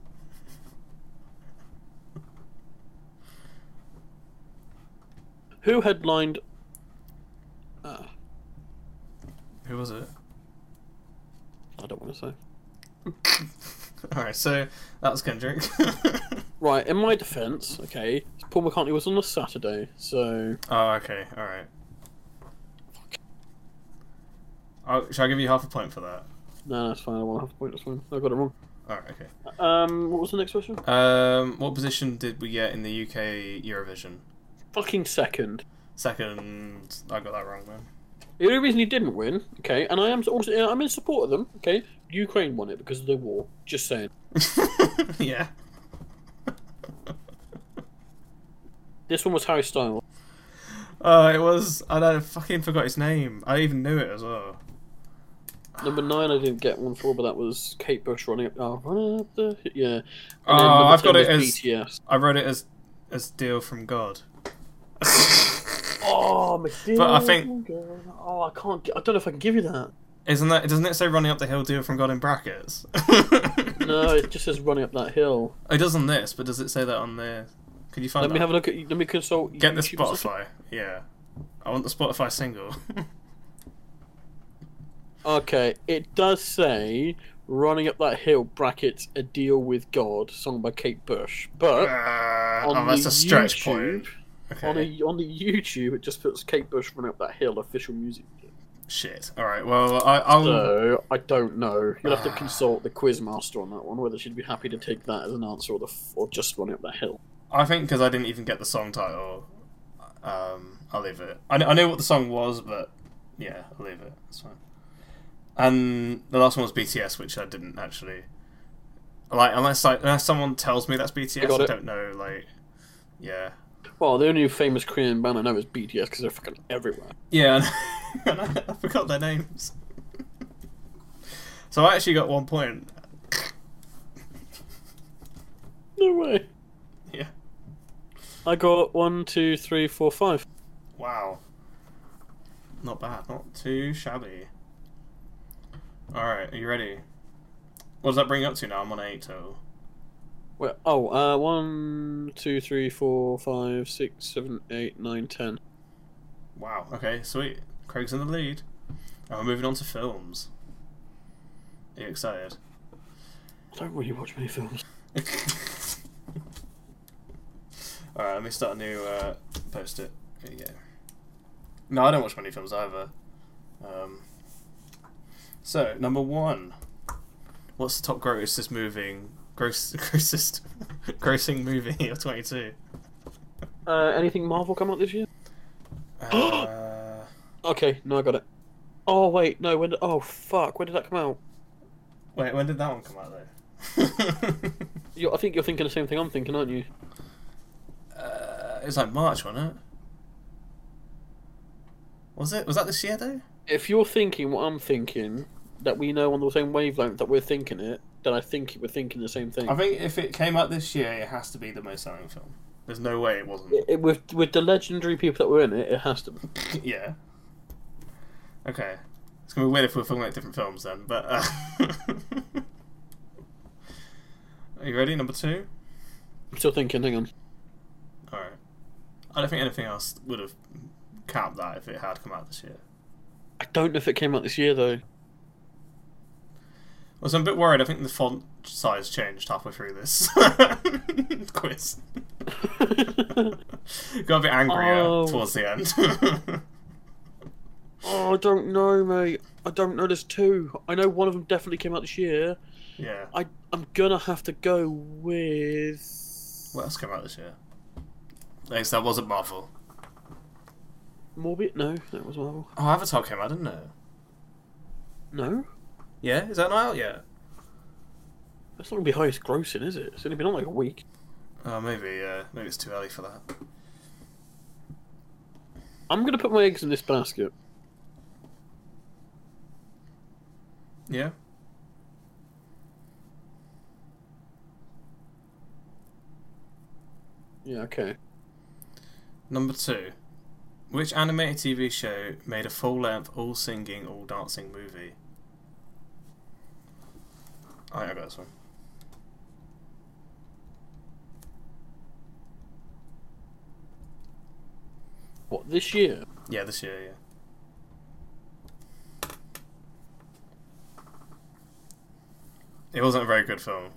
B: Who headlined? Ah,
A: Who was it?
B: I don't want to say.
A: All right, so that was Kendrick.
B: Right, in my defence, okay, Paul McCartney was on a Saturday, so
A: oh, okay. All right. I'll, shall I give you half a point for that?
B: No, that's fine. I want half a point. That's fine. I got it wrong.
A: All right, okay.
B: Um, what was the next question?
A: Um, what position did we get in the UK Eurovision?
B: Fucking second.
A: Second. I got that wrong, man.
B: The only reason he didn't win, okay, and I am also I'm in support of them, okay. Ukraine won it because of the war. Just saying.
A: yeah.
B: This one was Harry Styles.
A: Uh, it was. I don't fucking forgot his name. I even knew it as well.
B: Number nine, I didn't get one for, but that was Kate Bush running up. Oh, run up the yeah. And then
A: Oh,
B: number
A: I've got
B: 10
A: it
B: was
A: as-
B: BTS.
A: I wrote it as as deal from God.
B: Oh, McDeal.
A: But I think-
B: Oh, I can't. gi- I don't know if I can give you that.
A: Isn't that? Doesn't it say running up the hill, deal from God in brackets?
B: No, it just says running up that hill.
A: It does on this, but does it say that on there? Could you find?
B: Let
A: that?
B: me have a look at. Let me consult.
A: Get the
B: YouTube or something.
A: Spotify. Yeah, I want the Spotify single. Uh,
B: Okay, it does say running up that hill brackets a deal with God song by Kate Bush, but.
A: Ah,
B: on
A: oh, that's
B: the
A: a stretch
B: YouTube,
A: point.
B: On
A: Okay.
B: the on the YouTube, it just puts Kate Bush running up that hill official music.
A: Shit. All right. Well, I, I'll.
B: So I don't know. You'll have to
A: Ah.
B: consult the quiz master on that one, whether she'd be happy to take that as an answer or the f- or just running up that hill.
A: I think because I didn't even get the song title, um, I'll leave it. I, kn- I know what the song was, but yeah, I'll leave it. It's fine. And the last one was BTS, which I didn't actually like. Unless I, unless someone tells me that's BTS,
B: got
A: I
B: it.
A: don't know. Like, yeah,
B: Well, the only famous Korean band I know is BTS because they're fucking everywhere.
A: yeah. And I, I forgot their names. So I actually got one point.
B: No way.
A: Yeah.
B: I got one, two, three, four, five.
A: Wow. Not bad. Not too shabby. Alright, are you ready? What does that bring up to now? I'm on 8 total.
B: Wait, oh, uh, one, two, three, four, five, six, seven, eight, nine, ten.
A: Wow. Okay, sweet. Craig's in the lead. And we're moving on to films. Are you excited?
B: I don't really watch many films.
A: Alright, let me start a new uh, post it. Here you go. No, I don't watch many films either. Um, so, number one. What's the top grossest moving gross grossest grossing movie of twenty two?
B: Uh, anything Marvel come out this year?
A: Uh,
B: Okay, no, I got it. Oh wait, no. When? Did, oh fuck, when did that come out?
A: wait, when did that one come out though?
B: you I think you're thinking the same thing I'm thinking, aren't you?
A: uh, it was like March, wasn't it? Was it? Was that this year though?
B: If you're thinking what I'm thinking, that we know on the same wavelength that we're thinking it, then I think we're thinking the same thing.
A: I think if it came out this year, it has to be the most selling film. There's no way it wasn't.
B: It- it- with with the legendary people that were in it, it has to. be.
A: yeah. Okay. It's gonna be weird if we're filming like different films then, but. Uh... Are you ready? Number two.
B: I'm still thinking. Hang on.
A: All right. I don't think anything else would have capped that if it had come out this year.
B: I don't know if it came out this year though.
A: Well, so I'm a bit worried. I think the font size changed halfway through this quiz. Got a bit angrier
B: Oh.
A: towards the end.
B: oh, I don't know, mate. I don't know. There's two. I know one of them definitely came out this year.
A: yeah.
B: I I'm gonna have to go with
A: What else came out this year? Thanks, that wasn't Marvel.
B: Morbius. No, that was Marvel.
A: Oh, Avatar came out, didn't it?
B: No,
A: Yeah, is that not out yet?
B: that's not gonna be highest grossing, is it? It's only been on like a week.
A: Oh, maybe, uh, maybe it's too early for that.
B: I'm gonna put my eggs in this basket.
A: Yeah?
B: Yeah, okay.
A: Number two. Which animated TV show made a full length, all singing, all dancing movie? Oh, I think I got this one.
B: What this year?
A: Yeah, this year, yeah. It wasn't a very good film.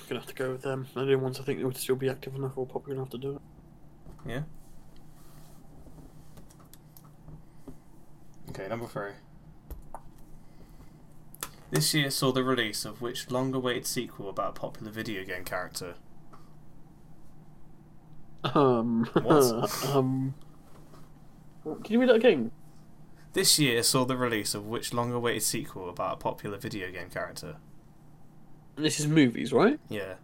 B: I'm gonna have to go with them. They're the only ones I think that would still be active enough or popular enough to do it.
A: Yeah? Okay, number three. This year saw the release of which long awaited sequel about a popular video game character?
B: Um.
A: What?
B: um. Can you read that again?
A: This year saw the release of which long awaited sequel about a popular video game character?
B: This is movies, right?
A: Yeah.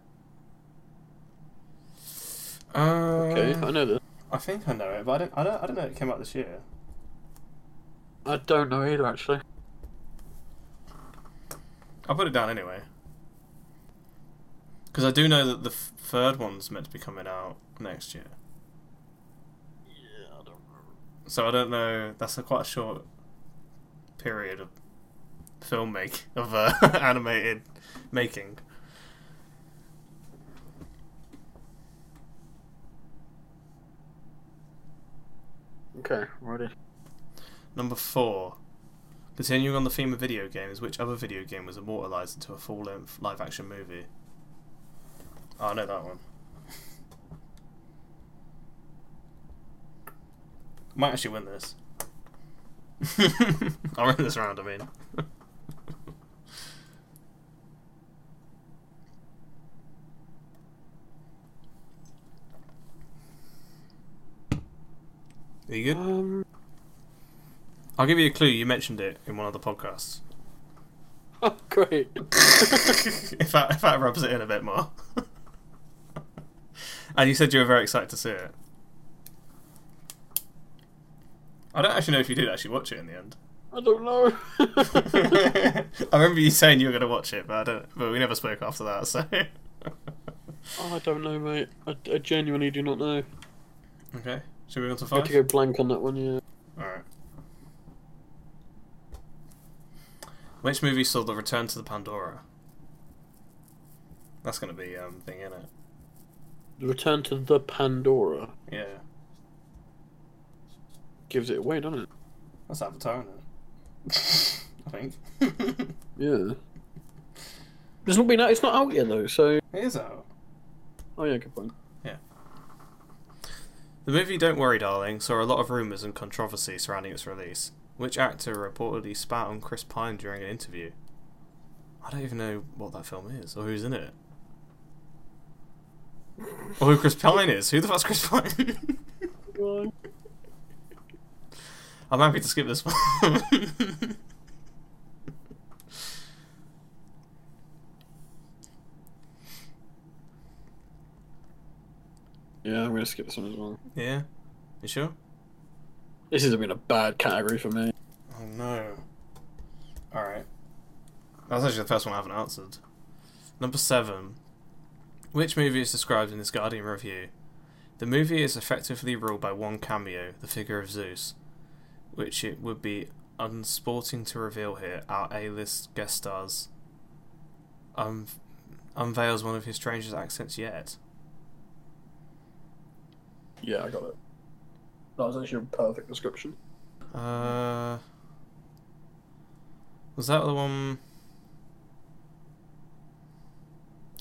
A: Uh,
B: Okay, I know that.
A: I think I know it, but I don't, I don't. I don't know. It came out this year.
B: I don't know either, actually.
A: I'll put it down anyway. Because I do know that the f- third one's meant to be coming out next year.
B: Yeah, I don't remember.
A: So I don't know. That's a quite a short period of filmmake of uh, animated making.
B: Okay, ready.
A: Number four. Continuing on the theme of video games, which other video game was immortalized into a full-length live-action movie? Oh, I know that one. Might actually win this. I'll win this round. I mean, are you good?
B: Um.
A: I'll give you a clue. You mentioned it in one of the podcasts.
B: Oh, great.
A: if that if that rubs it in a bit more. and you said you were very excited to see it. I don't actually know if you did actually watch it in the end.
B: I don't know.
A: I remember you saying you were going to watch it, but I don't. But we never spoke after that. So
B: Oh, I don't know, mate. I, I genuinely do not know.
A: okay, should we move on to
B: I had
A: five?
B: to go blank on that one, yeah.
A: All right. Which movie saw the return to the Pandora? That's going to be um thing in it.
B: The Return to the Pandora
A: Yeah,
B: gives it away, doesn't it?
A: that's Avatar, isn't it? I think.
B: Yeah. It's not been out. It's not out yet though. So.
A: It is out.
B: Oh yeah, good point.
A: The movie Don't Worry Darling saw a lot of rumours and controversy surrounding its release. Which actor reportedly spat on Chris Pine during an interview? I don't even know what that film is or who's in it. Or who Chris Pine is. Who the fuck's Chris Pine? I'm happy to skip this one.
B: Yeah, I'm gonna skip this one as well.
A: yeah? You sure?
B: This has been a bad category for me.
A: Oh no. Alright. That's actually the first one I haven't answered. Number seven. Which movie is described in this Guardian review? The movie is effectively ruled by one cameo, the figure of Zeus, which it would be unsporting to reveal here. Our A list guest stars un- unveils one of his strangest accents yet.
B: Yeah, I got it. That was actually a perfect description.
A: Uh, was that the one?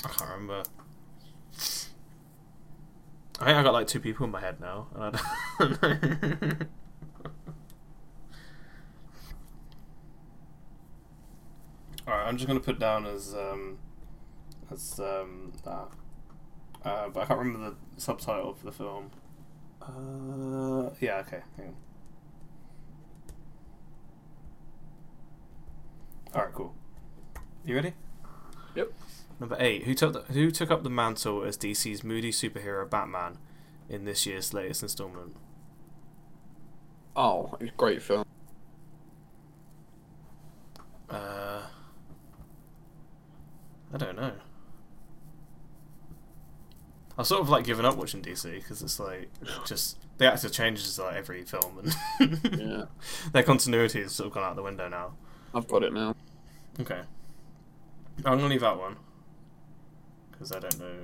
A: I can't remember. I think I got like two people in my head now, and I don't know. All right, I'm just gonna put down as um, as um that. Uh, but I can't remember the subtitle for the film. Uh, yeah, okay, hang on. All right, cool. You ready?
B: Yep.
A: Number eight. Who took the, who took up the mantle as DC's moody superhero Batman in this year's latest installment?
B: Oh, it's a great film.
A: Uh, I don't know. I've sort of like given up watching DC because it's like just the actor changes like every film and
B: Yeah,
A: their continuity has sort of gone out the window now.
B: I've got it now.
A: Okay. I'm gonna leave that one because I don't know.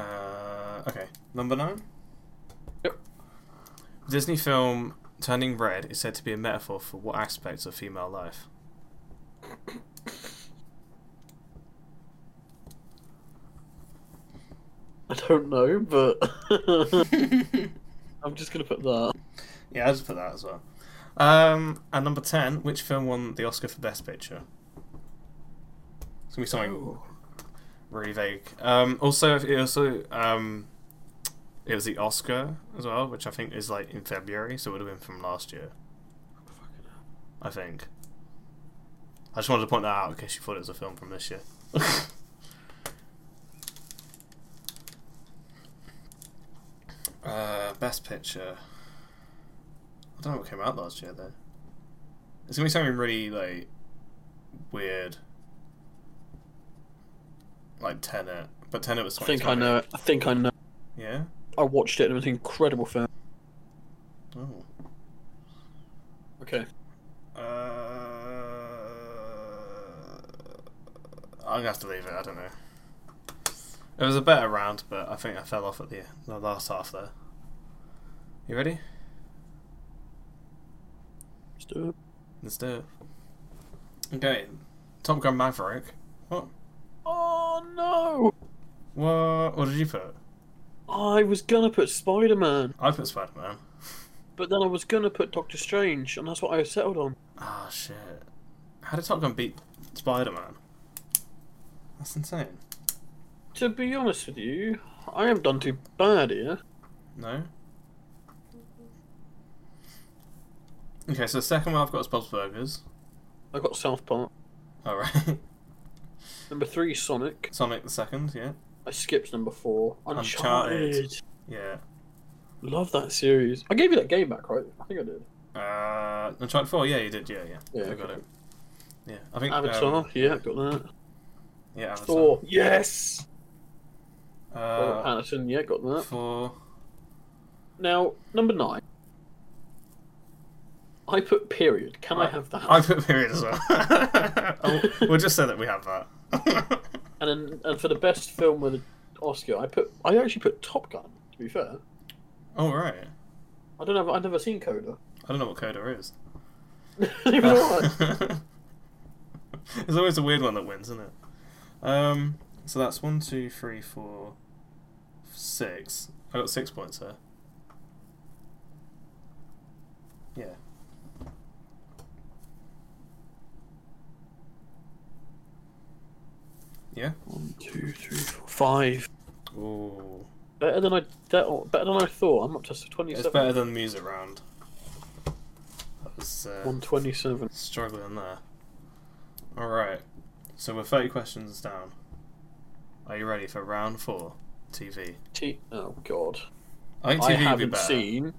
A: Uh, okay, number nine.
B: Yep.
A: Disney film Turning Red is said to be a metaphor for what aspects of female life?
B: I don't know, but I'm just gonna put that.
A: Yeah, I just put that as well. Um, and number ten, which film won the Oscar for Best Picture? It's gonna be something really vague. Um, also, it also um, it was the Oscar as well, which I think is like in February, so it would have been from last year. I think. I just wanted to point that out in case you thought it was a film from this year. uh, best picture. I don't know what came out last year though. It's gonna be something really like weird, like Tenet. But Tenet was.
B: I think I know it. I think I know.
A: 2020. Yeah.
B: I watched it and it was an incredible film.
A: Oh.
B: Okay.
A: Uh, I'm gonna have to leave it. I don't know. It was a better round, but I think I fell off at the, the last half there. You ready?
B: Let's do it.
A: Let's do it. Okay, Top Gun Maverick. What?
B: Oh no!
A: What? What did you put?
B: I was gonna put Spider Man,
A: I put Spider Man.
B: but then I was gonna put Doctor Strange, and that's what I settled on.
A: Ah shit! How did Top Gun beat Spider Man? That's insane.
B: To be honest with you, I haven't done too bad here.
A: No. Okay, so the second one I've got is Bob's Burgers.
B: I got South Park.
A: All right.
B: Number three, Sonic.
A: Sonic the Second. Yeah.
B: I skipped number four.
A: Uncharted.
B: Uncharted.
A: Yeah.
B: Love that series. I gave you that game back, right? I think I did.
A: Uh, Uncharted Four. Yeah, you did. Yeah, yeah.
B: Yeah,
A: I got it. Yeah, I think um,
B: Avatar. yeah, got that.
A: yeah, Avatar.
B: Thor. Yes. Robert
A: Uh,
B: Pattinson. Yeah, got that.
A: four.
B: Now, number nine. I put period. Can I have that?
A: I put period as well. Oh, we'll just say that we have that.
B: And then, and for the best film with an Oscar, I put I actually put Top Gun. To be fair,
A: All Oh, right.
B: I don't have I've never seen Coda.
A: I don't know what Coda is.
B: It was
A: Uh,
B: alright.
A: There's always a weird one that wins, isn't it? Um, so that's one, two, three, four, six. I got six points there. Yeah. Yeah.
B: One, two, three, four, five.
A: Ooh.
B: Better than I that, better than I thought. I'm up to
A: It's
B: twenty-seven.
A: better than the music round. That was uh,
B: One twenty-seven.
A: struggling there. All right. So we're 30 questions down. Are you ready for round four? TV.
B: T- oh God.
A: I think TV
B: I
A: would be
B: haven't
A: better.
B: seen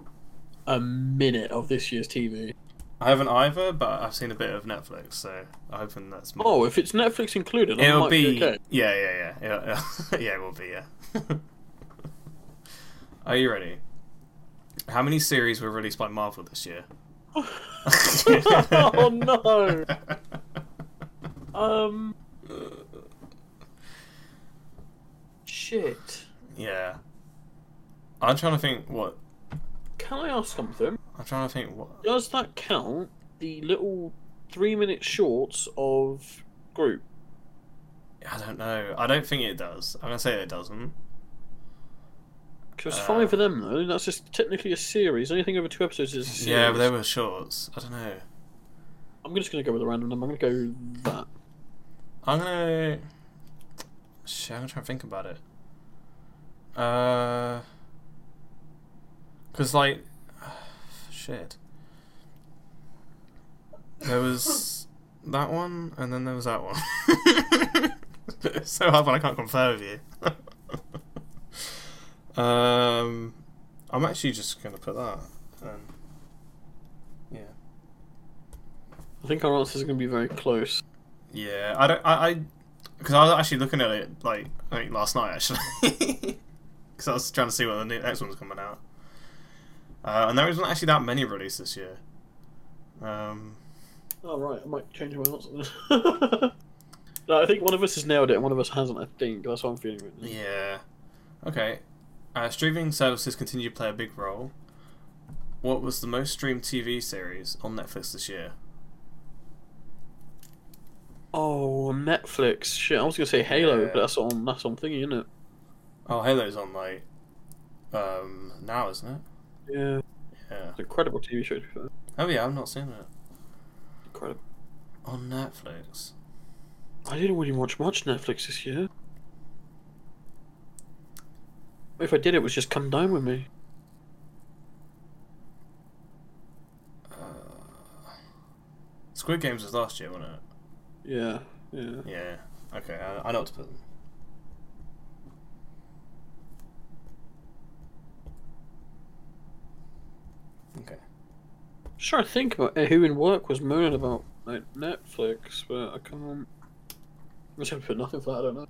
B: a minute of this year's TV.
A: I haven't either, but I've seen a bit of Netflix, so I'm hoping that's more.
B: Oh, if it's Netflix included, I
A: It'll
B: might be,
A: be,
B: okay.
A: yeah, yeah, yeah, yeah, yeah. It will be yeah. Are you ready? How many series were released by Marvel this year?
B: oh no. Um. Shit.
A: Yeah, I'm trying to think what
B: Can I ask something?
A: I'm trying to think what.
B: Does that count the little three-minute shorts of group?
A: I don't know. I don't think it does. I'm gonna say it doesn't.
B: Because
A: Uh,
B: five of them though, that's just technically a series. Anything over two episodes is a series.
A: Yeah, but they were shorts. I don't know.
B: I'm just gonna go with a random number. I'm gonna go that.
A: I'm gonna. Shit, I'm gonna try and think about it. Uh. Cause like, shit. There was that one, and then there was that one. it's so hard when I can't confer with you. um, I'm actually just gonna put that. Um, yeah.
B: I think our answers are gonna be very close.
A: Yeah, I don't. I because I, was actually looking at it like I think last night actually, because I was trying to see what the new, next one's coming out. Uh, and there isn't actually that many released this year. Um,
B: Oh right, I might change my answer. then. no, I think one of us has nailed it, and one of us hasn't. I think that's what I'm feeling right now.
A: yeah. Okay. Uh, streaming services continue to play a big role. What was the most streamed TV series on Netflix this year?
B: Oh, Netflix. Shit, I was gonna say Halo,
A: Yeah.
B: but that's on that's on thingy, isn't it?
A: Oh, Halo's on like um, now, isn't it?
B: Yeah,
A: Yeah.
B: it's an incredible TV show. To be fair.
A: Oh yeah, I've not seen it
B: Incredible.
A: on Netflix.
B: I didn't really watch much Netflix this year. If I did, it was just come down with me.
A: Uh, Squid Games was last year, wasn't it?
B: Yeah, yeah.
A: Yeah. Okay, I, I know what to put them. Okay.
B: Sure, I think about uh, who in work was moaning about like Netflix, but I can't. I should put nothing for that. I don't know.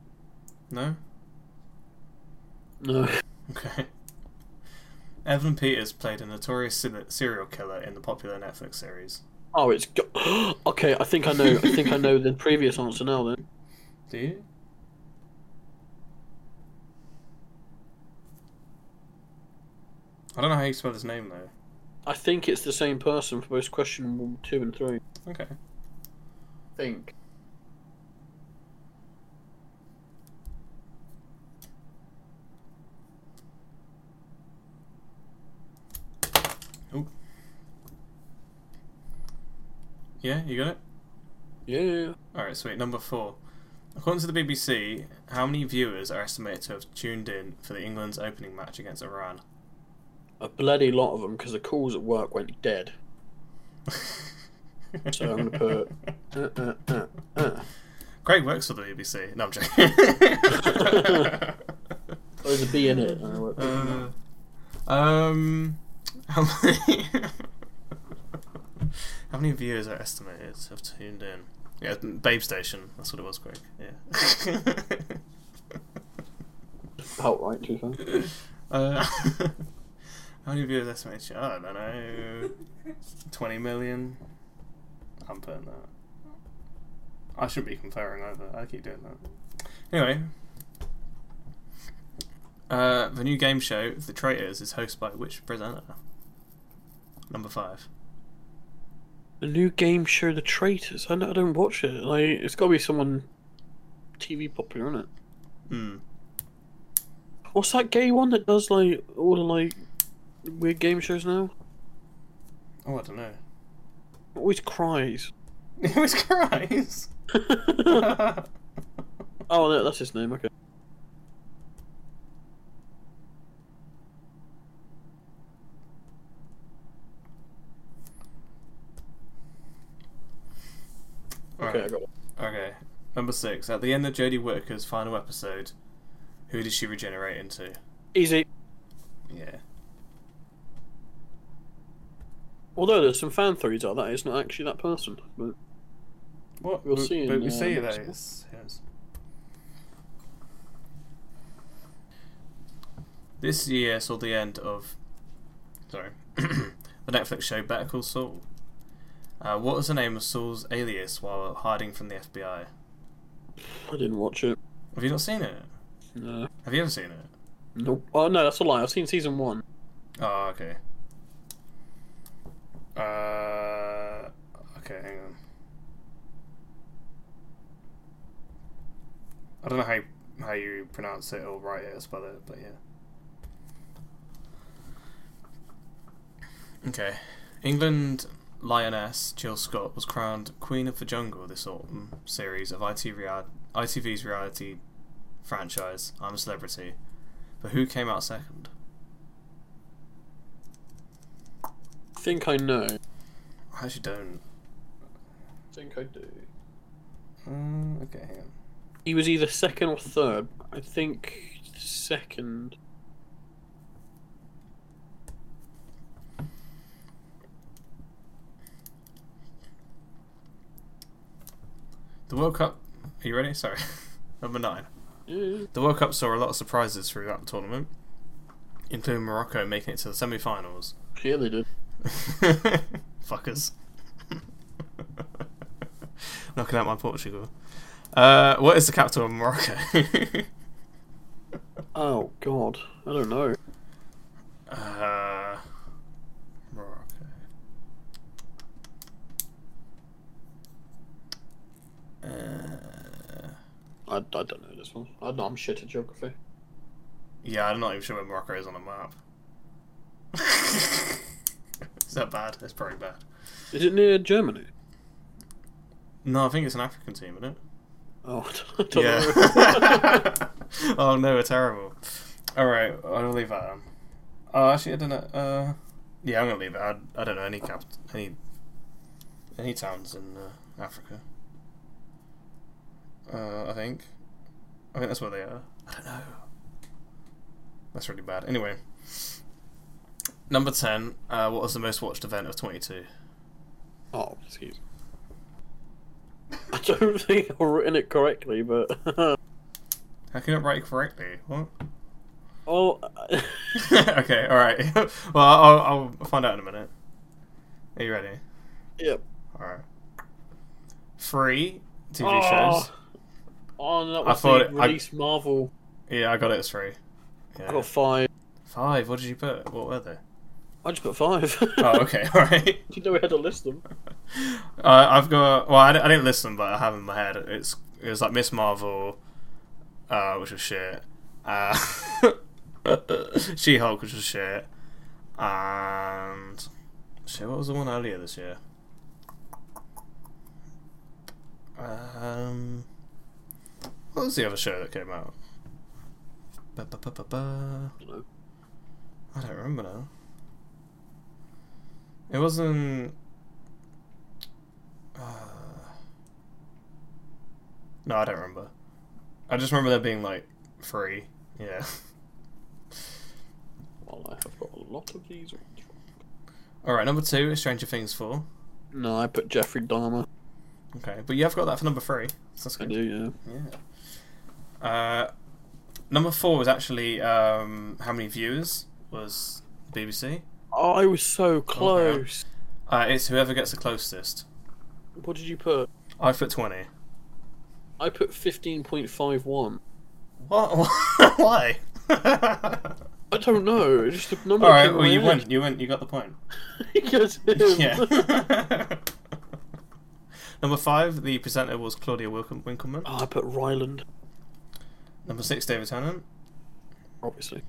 A: No?
B: No.
A: Okay. Evan Peters played a notorious se- serial killer in the popular Netflix series.
B: Oh, it's go- okay. I think I know. I think I know the previous answer now. Then
A: Do you? I don't know how you spell his name though.
B: I think it's the same person for both question one, two, and three.
A: Okay.
B: think.
A: Yeah, you got it?
B: Yeah.
A: Alright, sweet. Number four. According to the BBC, how many viewers are estimated to have tuned in for the England's opening match against Iran?
B: A bloody lot of them because the calls at work went dead. So I'm gonna put- Uh, uh, uh, uh.
A: Craig works for the BBC. No, I'm joking.
B: Oh, There's a B in it. I work-
A: Uh, um, how many? how many viewers are estimated to have tuned in? Yeah, Babe Station. That's what it was, Craig. Yeah.
B: About right, to be fair.
A: uh, how many viewers estimated? to- I don't know. Twenty million. I'm putting that. I shouldn't be conferring either. I keep doing that. Anyway. Uh, the new game show, The Traitors, is hosted by which presenter? Number five.
B: The new game show, The Traitors. I don't, I don't watch it. Like, it's got to be someone TV popular, isn't it?
A: Hmm.
B: What's that gay one that does like all the like weird game shows now?
A: Oh, I don't know.
B: Always cries.
A: It was cries.
B: oh, no, Oh, that's his name. Okay. Okay, I
A: Alright.
B: got one.
A: Okay. Number six. At the end of Jodie Whittaker's final episode, who did she regenerate into?
B: Easy.
A: Yeah.
B: Although there's some fan theories out that it's not actually that person. But
A: What?
B: We'll
A: But-
B: see in,
A: But we
B: uh,
A: see
B: next
A: that
B: month.
A: it's- yes. This year saw the end of. Sorry. the Netflix show Better Call Saul. Uh, what was the name of Saul's alias while hiding from the FBI?
B: I didn't watch it.
A: Have you not seen it?
B: No.
A: Have you ever seen it?
B: Nope. Oh no, that's a lie. I've seen season one.
A: Oh, okay. Uh, okay, hang on. I don't know how you, how you pronounce it or write it or spell it, but yeah. Okay, England lioness Jill Scott was crowned Queen of the Jungle this autumn series of IT rea- ITV's reality franchise I'm a Celebrity, but who came out second?
B: Think I know.
A: I actually don't.
B: Think I do.
A: Um, okay, hang on.
B: He was either second or third. I think second.
A: The World Cup. Are you ready? Sorry. Number nine.
B: Yeah.
A: The World Cup saw a lot of surprises throughout the tournament, including Morocco making it to the semi finals.
B: Yeah, they did.
A: Fuckers. Knocking out my Portugal. Uh, what is the capital of Morocco?
B: Oh God, I don't know.
A: uh, Morocco. Uh,
B: I, I don't know this one. I know I'm shit at geography.
A: Yeah, I'm not even sure where Morocco is on a map. Is that bad? That's probably bad.
B: Is it near Germany?
A: No, I think it's an African team, isn't it?
B: Oh, I don't know.
A: yeah. oh no, we're terrible. All right, I'll leave that. On. Oh, actually, I don't know. Uh, yeah, I'm gonna leave it. I, I don't know any cap, any, any towns in uh, Africa. Uh, I think. I think that's where they are. I don't know. That's really bad. Anyway, number ten. Uh, what was the most watched event of 22?
B: oh, excuse me. I don't think I've written it correctly, but
A: How can you not write it correctly? What?
B: oh,
A: okay, all right. well, I'll, I'll find out in a minute. Are you ready?
B: yep.
A: All right. Free TV shows.
B: Oh, oh, no, that was
A: thought
B: the
A: it- I-
B: release Marvel.
A: Yeah, I got it as three.
B: I
A: Yeah.
B: got five.
A: Five. What did you put? What were they?
B: I just put five.
A: Oh, okay. All right.
B: Did you know we had to list them?
A: Uh, I've got. Well, I, di- I didn't list them, but I have in my head. It's it was like Miss Marvel, uh, which was shit. Uh, she Hulk, which was shit. And shit, what was the one earlier this year? Um, what was the other show that came out? Ba, ba, ba, ba, ba.
B: Dunno.
A: I don't remember now. It wasn't. Uh, no, I don't remember. I just remember there being like three. Yeah.
B: Well, I have got a lot of these. ones.
A: All right, number two is Stranger Things four.
B: No, I put Jeffrey Dahmer.
A: Okay, but you have got that for number three. So that's
B: I
A: good.
B: do, yeah.
A: Yeah. Uh, number four was actually um, how many viewers was BBC.
B: Oh, I was so close.
A: Uh, it's whoever gets the closest.
B: What did you put?
A: I put twenty.
B: I put fifteen point five one.
A: What? Why? All
B: I don't know. It's just a number.
A: right.
B: came
A: Well,
B: in
A: you
B: my
A: win. You win. You got the point.
B: head. Yes, oh,
A: Yeah. Number five, the presenter was Claudia Wilkin- Winkleman.
B: Oh, I put Ryland,
A: Number six, David Tennant.
B: obviously.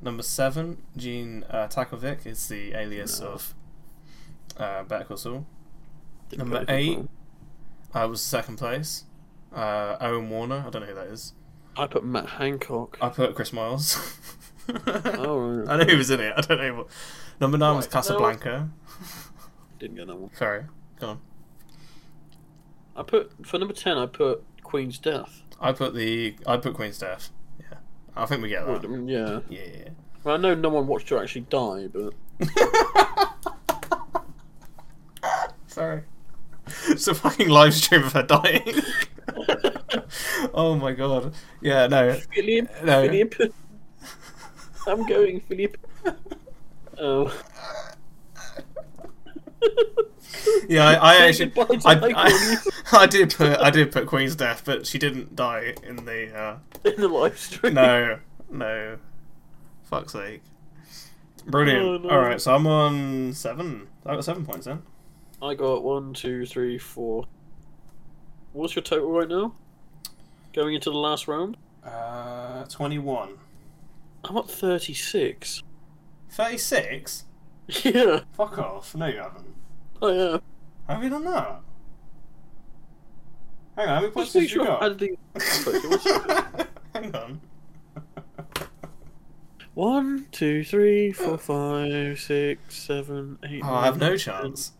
A: Number seven, Gene uh, Takovic is the alias
B: No.
A: of uh, Better Call Saul.
B: Didn't
A: Number
B: put anything
A: eight.
B: wrong.
A: Uh, was second place. Uh, Owen Warner. I don't know who that is.
B: I put Matt Hancock.
A: I put Chris Miles.
B: oh, right.
A: I know he was in it. I don't know what. Number nine was
B: Right, no.
A: Casablanca.
B: didn't get that one.
A: Sorry. Go on.
B: I put for number ten. I put Queen's Death.
A: I put the. I put Queen's Death. Yeah. I think we get
B: Well, I
A: that.
B: mean, yeah.
A: Yeah. yeah, yeah.
B: Well, I know no one watched her actually die, but
A: Sorry. It's a fucking live stream of her dying. oh my god. Yeah, no.
B: Philip,
A: Uh, No.
B: Philip, I'm going, Philip. Oh,
A: Yeah, I, I
B: Say
A: actually
B: goodbye to
A: I, I,
B: Michael
A: I did put I did put Queen's death, but she didn't die in the uh
B: in the live stream.
A: No. No. Fuck's sake. Brilliant.
B: Oh, no.
A: Alright, so I'm on seven. I got seven points then.
B: I got one, two, three, four. What's your total right now? Going into the last round,
A: Uh twenty one.
B: I'm at 36.
A: Thirty six?
B: yeah,
A: Fuck off. No you haven't.
B: I am.
A: Have you done that? Hang on, how many points
B: Just
A: did
B: make
A: you
B: sure
A: got?
B: I had the
A: Hang on.
B: one, two, three, four, five, six, seven, eight.
A: Oh, I have
B: nine,
A: no
B: ten.
A: chance.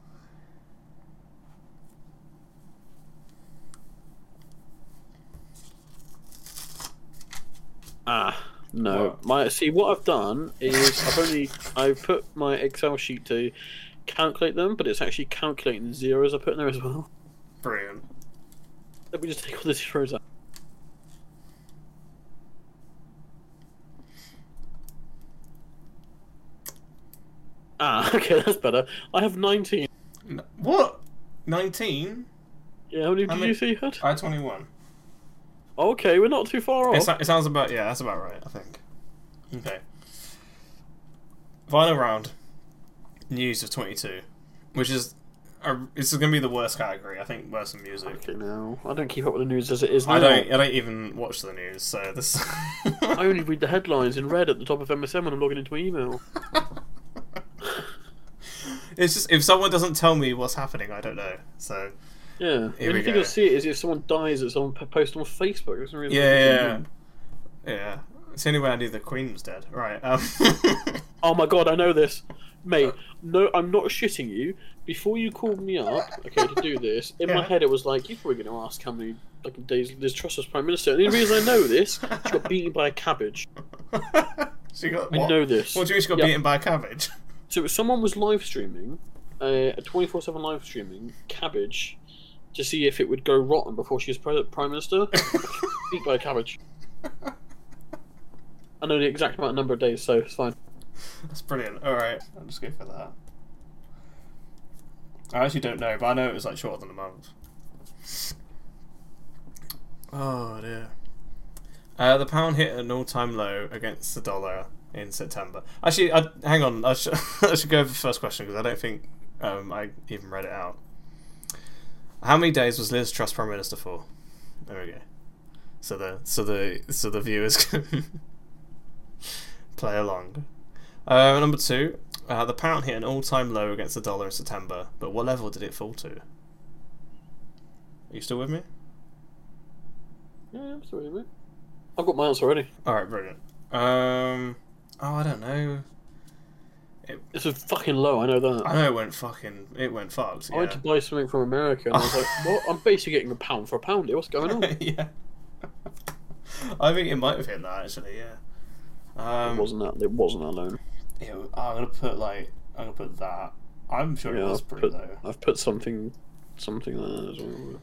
B: Ah, no.
A: What?
B: My see, what I've done is I've only I've put my Excel sheet to calculate them, but it's actually calculating the zeros I put in there as well.
A: Brilliant.
B: Let me just take all the zeros out. Ah, okay, that's better. I have 19.
A: N- What? 19?
B: Yeah, how many
A: How
B: did
A: many-
B: you see, Hud?
A: I had 21.
B: Okay, we're not too far
A: It,
B: off.
A: sou- it sounds about, yeah, that's about right, I think. Okay. Final round. News of 22. Which is, uh, this is going to be the worst category, I think, worse than music.
B: Okay, now. I don't keep up with the news as it is now.
A: I don't, I don't even watch the news, so this.
B: I only read the headlines in red at the top of MSN when I'm logging into my email.
A: It's just if someone doesn't tell me what's happening, I don't know. So
B: Yeah.
A: Here
B: the
A: we
B: only thing
A: go.
B: you'll see is if someone dies that someone po- posts on Facebook. It doesn't really
A: yeah, yeah, yeah. yeah. It's the only way I knew the Queen was dead. Right. Um,
B: Oh my god, I know this. Mate, no, I'm not shitting you. Before you called me up, okay, to do this, in my
A: Yeah.
B: head it was like, you're probably going to ask how many fucking days this trust was Prime Minister. And the only reason I know this, she got beaten by a cabbage.
A: she got.
B: I
A: What?
B: know this.
A: What do you mean she got
B: Yeah.
A: beaten by a cabbage?
B: So someone was live streaming, uh, 24 7 live streaming, cabbage, to see if it would go rotten before she was pre- Prime Minister. beat by a cabbage. I know the exact amount of number of days, so it's fine.
A: That's brilliant. All right, I'll just go for that. I actually don't know, but I know it was like shorter than a month. Oh dear. Uh, the pound hit an all-time low against the dollar in September. Actually, I, hang on. I should, I should go over the first question because I don't think um, I even read it out. How many days was Liz Truss prime minister for? There we go. So the so the so the viewers can play along. Uh, number two, uh, the pound hit an all-time low against the dollar in September, but what level did it fall to? Are you still with me?
B: Yeah, I'm sorry, mate. I've got my answer already.
A: All right, brilliant. Um, oh, I don't know.
B: It's a fucking low, I know that.
A: I know it went fucking. It went fucked.
B: I went to
A: Yeah.
B: buy something from America, and I was like, "What? I'm basically getting a pound for a pound here. What's going on?"
A: yeah. I think it might have hit that actually. Yeah. Um,
B: it wasn't that. It wasn't that loan.
A: yeah, I'm gonna put like I'm gonna put that. I'm sure it
B: Yeah,
A: was
B: I've
A: pretty
B: put,
A: low.
B: I've put something, something there as well.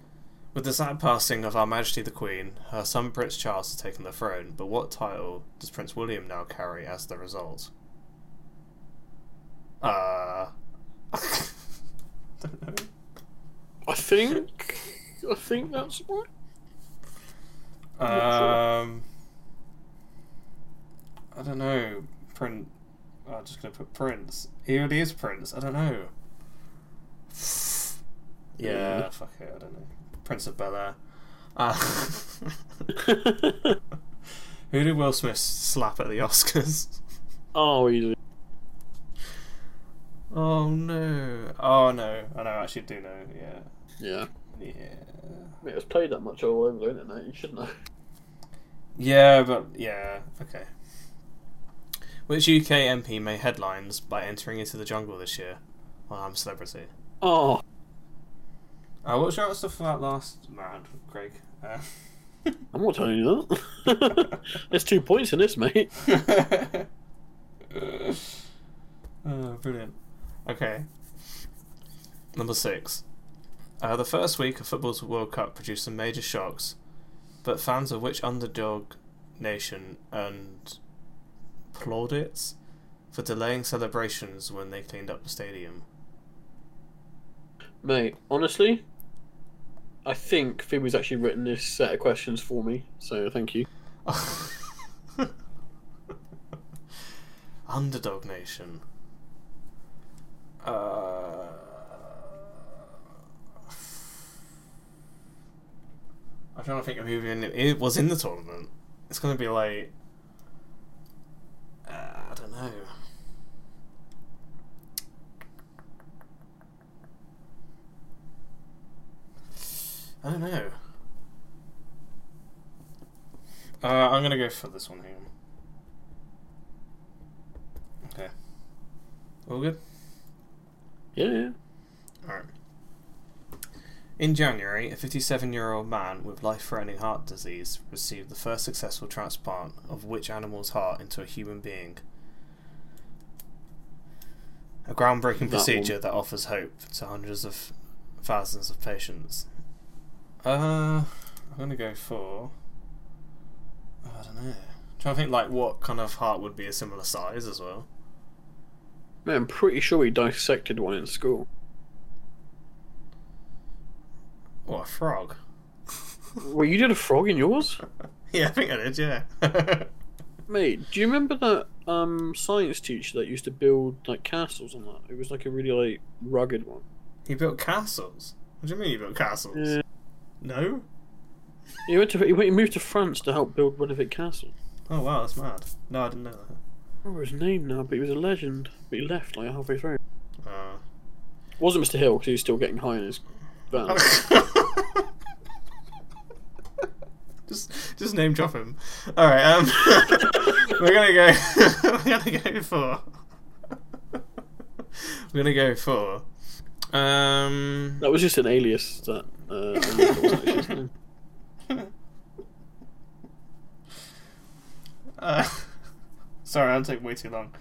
A: With the sad passing of Our Majesty the Queen, her son Prince Charles has taken the throne, but what title does Prince William now carry as the result? Uh. don't know.
B: I think, I think that's right. sure.
A: Um. I don't know. Prince. I'm just gonna put Prince. He already is Prince. I don't know. Yeah, fuck it. I don't know. Prince of Bel Air. Uh, Who did Will Smith slap at the Oscars?
B: oh, easily.
A: Oh no! Oh no! I know. I actually do know. Yeah.
B: Yeah,
A: Yeah.
B: I mean, it was played that much all over the internet. You should know.
A: Yeah, but yeah. Okay. Which UK MP made headlines by entering into the jungle this year? Well, I'm celebrity.
B: Oh,
A: Uh, what's your answer for that last round, Craig? Uh,
B: I'm not telling you that. There's two points in this, mate.
A: oh, brilliant. Okay. Number six. Uh, the first week of football's World Cup produced some major shocks, but fans of which underdog nation earned plaudits for delaying celebrations when they cleaned up the stadium?
B: Mate, honestly, I think Phoebe's actually written this set of questions for me. So thank you.
A: Underdog Nation. Uh, I'm trying to think of who even it was in the tournament. It's going to be like. Uh, I don't know. I don't know. Uh, I'm gonna go for this one here. Okay. All good?
B: Yeah, yeah.
A: Alright. In January, a 57 year old man with life threatening heart disease received the first successful transplant of which animal's heart into a human being? A groundbreaking procedure that offers hope to hundreds of thousands of patients. Uh, I'm gonna go for. I don't know. Trying to think like what kind of heart would be a similar size as well.
B: Man, I'm pretty sure we dissected one in school.
A: Or a frog.
B: Well, you did a frog in yours,
A: Yeah, I think I did. Yeah.
B: mate. Do you remember that um science teacher that used to build like castles and that? It was like a really like rugged one.
A: He built castles. What do you mean he built castles?
B: Yeah.
A: No.
B: He went to he, went, he moved to France to help build Renovate Castle.
A: Oh wow, that's mad. No, I didn't know that.
B: I remember his name now, but he was a legend. But he left like halfway through.
A: Uh,
B: Wasn't Mr. Hill because he's still getting high in his van.
A: Oh. just just name drop him. All right, um, we're gonna go. we're gonna go for. we're gonna go for. Um,
B: That was just an alias that. Uh, I think that was actually his name.
A: uh, sorry, I'll take way too long.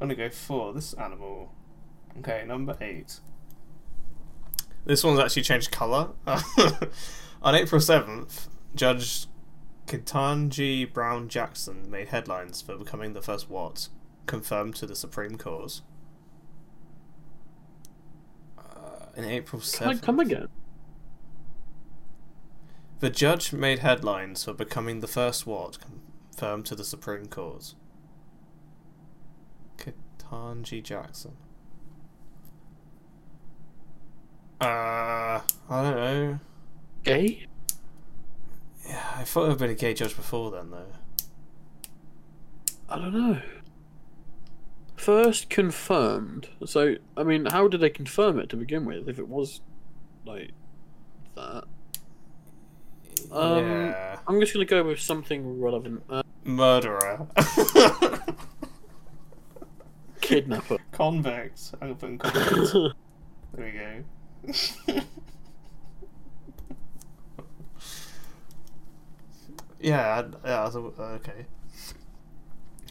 A: I'm gonna go for this animal. Okay, number eight. This one's actually changed colour. On April 7th, Judge Ketanji Brown Jackson made headlines for becoming the first Wat, confirmed to the Supreme Court. Uh, in April 7th.
B: Can I come again?
A: The judge made headlines for becoming the first ward confirmed to the Supreme Court. Katanji Jackson. Uh, I don't know.
B: Gay?
A: Yeah, I thought I'd been a gay judge before then, though.
B: I don't know. First confirmed. So, I mean, how did they confirm it to begin with if it was like that? Um,
A: yeah,
B: I'm just going to go with something relevant. Uh,
A: murderer,
B: kidnapper.
A: convict. I'm gonna put in convict.
B: I
A: There we go. yeah, I, yeah. I thought- uh, okay.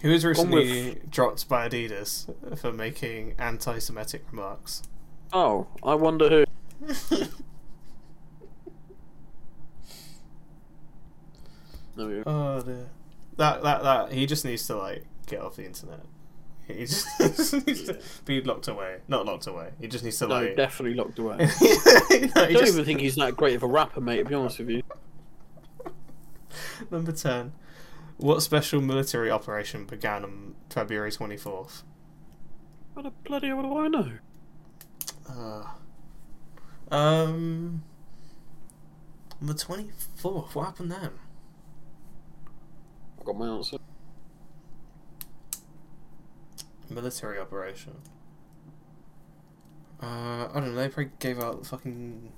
A: Who was
B: Gone
A: recently dropped by Adidas for making anti-Semitic remarks?
B: oh, I wonder who. There we go.
A: oh dear. That that that he just needs to like get off the internet. He just, needs to be locked away. Not locked away. He just needs to
B: No,
A: like.
B: definitely locked away.
A: No,
B: I
A: he
B: don't
A: just-
B: even think he's that great of a rapper, mate. To be honest with you.
A: Number 10. What special military operation began on February 24th?
B: What the bloody hell do I know?
A: Uh, um. On the 24th, what happened then?
B: I've got my answer.
A: Military operation. Uh, I don't know, they probably gave out fucking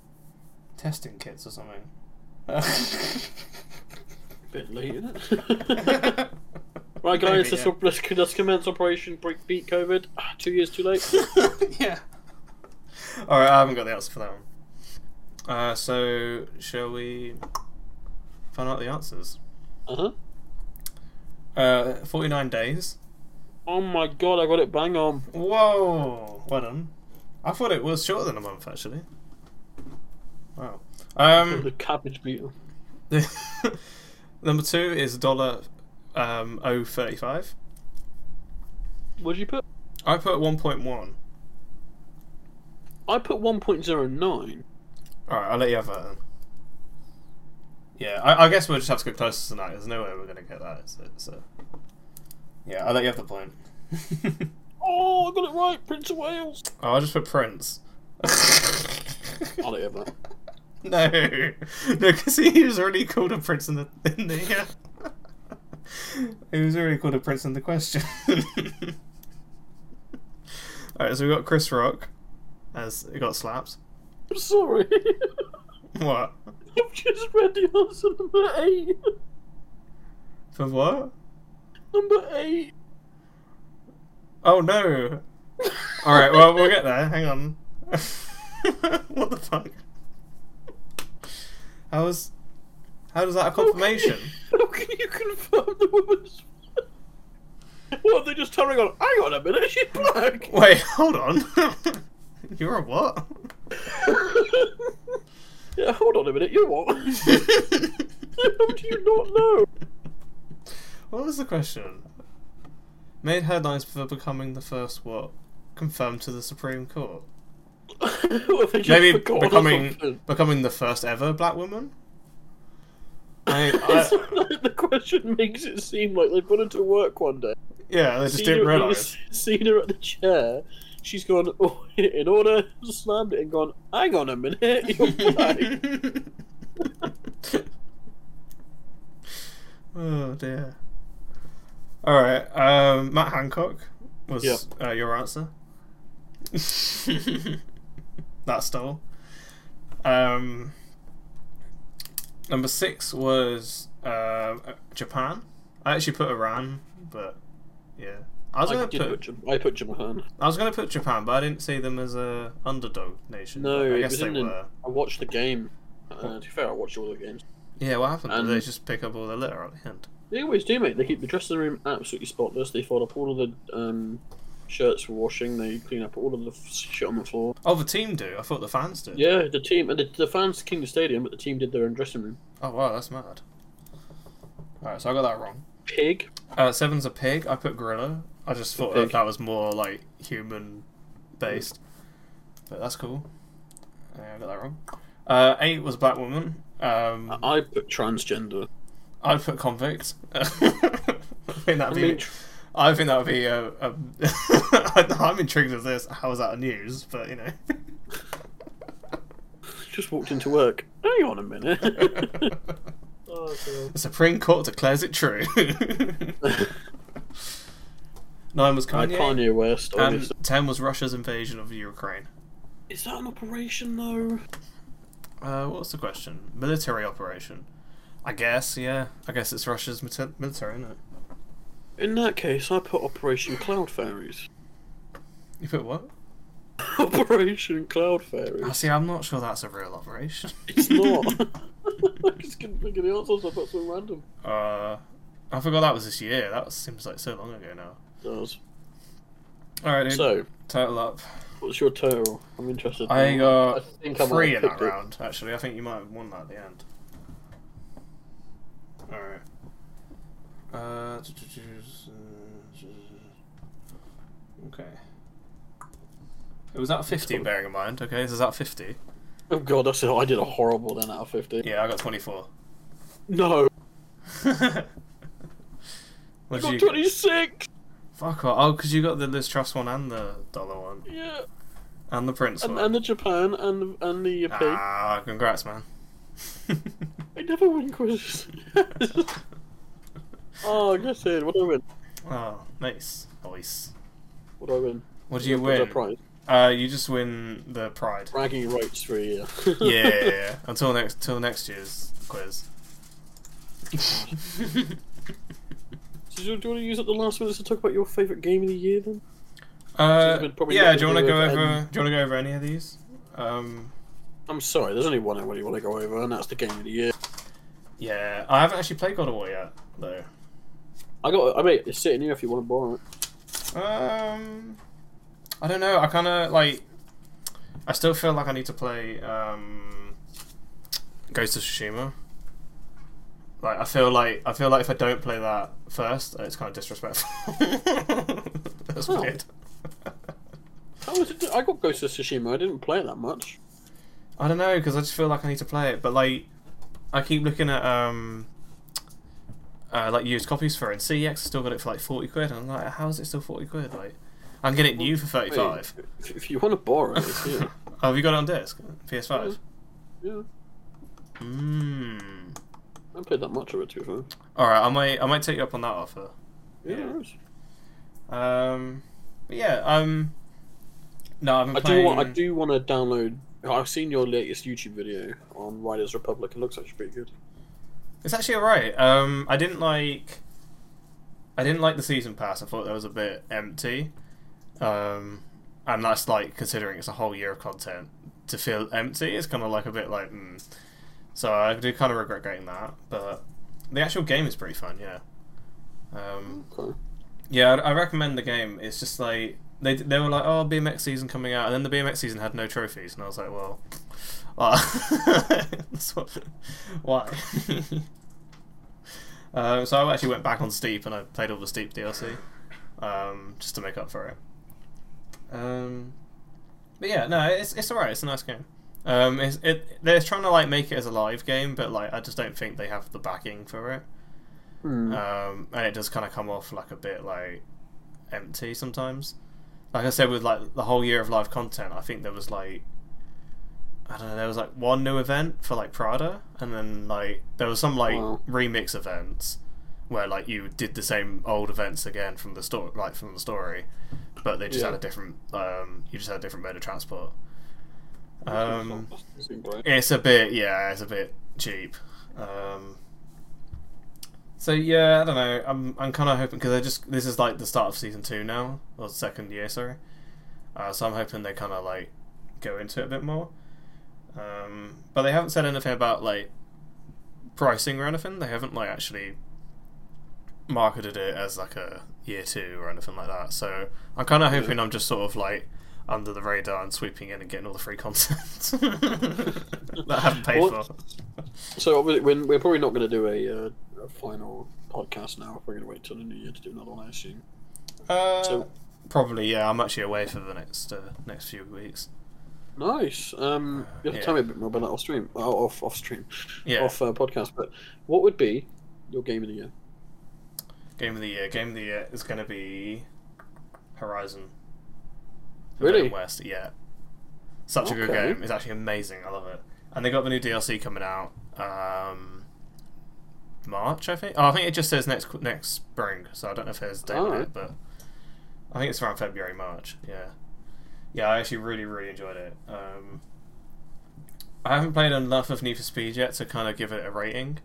A: testing kits or something.
B: bit late, isn't it? Right, guys,
A: Maybe,
B: let's, let's, let's commence Operation Break Beat COVID. Ah, two years too late.
A: yeah. All right, I haven't got the answer for that one. Uh, so shall we find out the answers?
B: Uh huh.
A: Uh, forty-nine days.
B: Oh my god, I got it bang on.
A: Whoa, well done. I thought it was shorter than a month, actually. Wow. Um,
B: The cabbage beetle.
A: number two is dollar um o thirty-five.
B: What'd you put?
A: I put one point one.
B: I put 1.09.
A: All right, I'll let you have that. Then. Yeah, I, I guess we'll just have to go closer tonight. There's no way we're gonna get that. So, so. yeah, I'll let you have the point.
B: Oh, I got it right, Prince of Wales.
A: oh, I'll just put Prince.
B: I'll let you have that.
A: no, no, because he was already called a prince in the in the. Uh, he was already called a prince in the question. All right, so we got Chris Rock as it got slapped.
B: I'm sorry.
A: What
B: I've just read the answer number 8.
A: for what?
B: Number 8.
A: Oh no! All right, well we'll get there. Hang on. what the fuck? How is? How does that have confirmation?
B: How can you confirm the woman's. What, they just turning on? Hang on a minute, she's black.
A: Wait, hold on. You're a what?
B: yeah, hold on a minute, you what? How do you not know?
A: what was the question? Made headlines for becoming the first what? Confirmed to the Supreme Court.
B: Well, they just
A: Maybe
B: forgot or
A: becoming
B: something.
A: becoming the first ever black woman. I,
B: It's
A: I,
B: like the question makes it seem like they've gone into work one day.
A: yeah, they just didn't realise.
B: Seen her at the chair. She's gone oh, in order, slammed it, and gone. Hang on a minute, you're black.
A: oh dear. All right, um, Matt Hancock was
B: Yep.
A: uh, your answer. that stole. Um, number six was uh, Japan. I actually put Iran, but yeah, I was
B: I
A: gonna
B: did
A: put
B: put Jam- I put Japan.
A: I was gonna put Japan, but I didn't see them as a underdog nation.
B: No,
A: but I
B: it
A: guess
B: was
A: they
B: in the-
A: were.
B: I watched the game. Uh, to be fair, I watched all the games.
A: Yeah, what happened?
B: And-
A: Did they just pick up all the litter at the end?
B: They always do, mate. They keep the dressing room absolutely spotless. They fold up all of the um, shirts for washing. They clean up all of the f- shit on the floor.
A: Oh, the team do. I thought the fans did.
B: Yeah, the team and the, the fans cleaned the stadium, but the team did their own dressing room.
A: Oh wow, that's mad. All right, so I got that wrong.
B: Pig.
A: Uh, seven's a pig. I put gorilla. I just thought
B: pig.
A: that, that was more like human based, but that's cool. Yeah, I got that wrong. Uh, eight was black woman. Um,
B: I put transgender.
A: I put convict. I think
B: I
A: that'd be.
B: mean, tr-
A: I think that would be. A, a I'm intrigued with this. How is that news? But you know.
B: just walked into work. Hang on a minute. oh,
A: The Supreme Court declares it true. Nine was
B: God.
A: Kanye.
B: Kanye West.
A: and
B: obviously.
A: ten was Russia's invasion of Ukraine.
B: Is that an operation though?
A: Uh, what's the question? Military operation. I guess, yeah. I guess it's Russia's mil- military, isn't it?
B: In that case, I put Operation Cloud Fairies.
A: You put what?
B: Operation Cloud Fairies.
A: I see. I'm not sure that's a real operation.
B: It's not. I just couldn't think of the answers. I thought so random.
A: uh, I forgot that was this year. That seems like so long ago now.
B: Does.
A: All right, dude.
B: So,
A: total up.
B: what's your total? I'm interested.
A: I got
B: I think I might
A: three in
B: have
A: that
B: picked it.
A: round. Actually, I think you might have won that at the end. All right. Uh, t- t- t- t- okay. It was at fifty. Bearing in mind, okay, this is at fifty.
B: Oh god, that's I did a horrible then out of fifty.
A: Yeah, I got twenty-four.
B: No, I
A: what did
B: got
A: you?
B: twenty six.
A: Fuck off! Oh, because you got the Liz Truss one and the dollar one
B: Yeah,
A: and the Prince
B: and,
A: one.
B: and the Japan and the, and the uh, pig.
A: ah, congrats, man.
B: I never win quizzes. oh, I guess I did. What do I win?
A: oh, nice, nice.
B: What do I win?
A: What do you
B: What's our
A: win?
B: prize?
A: Uh, you just win the pride.
B: Bragging rights for a year.
A: yeah, yeah, yeah. Until next, till next year's quiz.
B: So do you, do you want to use up the last minutes to talk about your favourite game of the year then?
A: uh,
B: we'd probably
A: yeah.
B: not
A: Do you want
B: do
A: to go
B: it
A: over?
B: and-
A: Do you want to go over any of these? Um,
B: I'm sorry, there's only one I really want to go over, and that's the game of the year.
A: yeah. I haven't actually played God of War yet, though.
B: I got. I mean, it's sitting here if you want to borrow it.
A: Um, I don't know. I kind of like. I still feel like I need to play um, Ghost of Tsushima. Like I feel like I feel like if I don't play that first, it's kind of disrespectful. That's
B: Oh.
A: weird.
B: How was it? I got Ghost of Tsushima. I didn't play it that much.
A: I don't know because I just feel like I need to play it, but like I keep looking at um uh, like used copies for it. And CX has still got it for like forty quid. And I'm like, how is it still forty quid? Like, I'm getting it new for thirty
B: Wait,
A: five.
B: If, if you want to borrow it, it's here.
A: Oh, have you got it on disc? PS five.
B: yeah,
A: Mmm.
B: I haven't played that much of it too far.
A: All right, I might I might take you up on that offer.
B: Yeah,
A: Yeah.
B: it is.
A: Um, but yeah. Um, no, I've been
B: I do
A: playing.
B: want. I do want to download. I've seen your latest YouTube video on Riders Republic. It looks actually pretty good.
A: It's actually alright. Um, I didn't like. I didn't like the season pass. I thought that was a bit empty, um, and that's like considering it's a whole year of content to feel empty. It's kind of like a bit like, mm. so I do kind of regret getting that. But the actual game is pretty fun. Yeah. Um,
B: Okay.
A: yeah, I, I recommend the game. It's just like they they were like, oh, BMX season coming out, and then the BMX season had no trophies, and I was like, well, uh, that's what- why? um, so I actually went back on Steep and I played all the Steep DLC um, just to make up for it. Um, but yeah, no, it's it's alright. It's a nice game. Um, it's, it they're trying to like make it as a live game, but like I just don't think they have the backing for it
B: Hmm.
A: um, and it does kind of come off like a bit like empty sometimes. Like I said, with like the whole year of live content, I think there was like I don't know, there was like one new event for like Prada, and then like there was some like
B: Wow.
A: remix events where like you did the same old events again from the story, like from the story, but they just
B: Yeah.
A: had a different um, you just had a different mode of transport. Um,
B: Isn't great.
A: it's a bit, yeah, it's a bit cheap. Um, so yeah, I don't know. I'm I'm kind of hoping because I just this is like the start of season two now or second year, sorry. Uh, so I'm hoping they kind of like go into it a bit more. Um, but they haven't said anything about like pricing or anything. They haven't like actually marketed it as like a year two or anything like that. So I'm kind of hoping I'm just sort of like under the radar and sweeping in and getting all the free content that I haven't paid
B: What-
A: for.
B: So obviously, when- we're probably not going to do a, uh, a final podcast now. We're going to wait till the new year to do another one, I assume.
A: Uh,
B: So-
A: probably yeah. I'm actually away for the next uh, next few weeks.
B: Nice. Um, you have to
A: Yeah.
B: tell me a bit more about that off stream, oh, off off stream,
A: Yeah,
B: off uh, podcast. But what would be your game of the year?
A: game of the year. Game of the year is going to be Horizon.
B: Really?
A: Forbidden West. Yeah, such a good
B: Okay.
A: game. It's actually amazing. I love it. And they got the new DLC coming out um, March, I think. Oh, I think it just says next qu- next spring, so I don't know if there's a date on
B: Alright.
A: it, but I think it's around February, March. Yeah, yeah. I actually really, really enjoyed it. Um, I haven't played enough of Need for Speed yet to kind of give it a rating.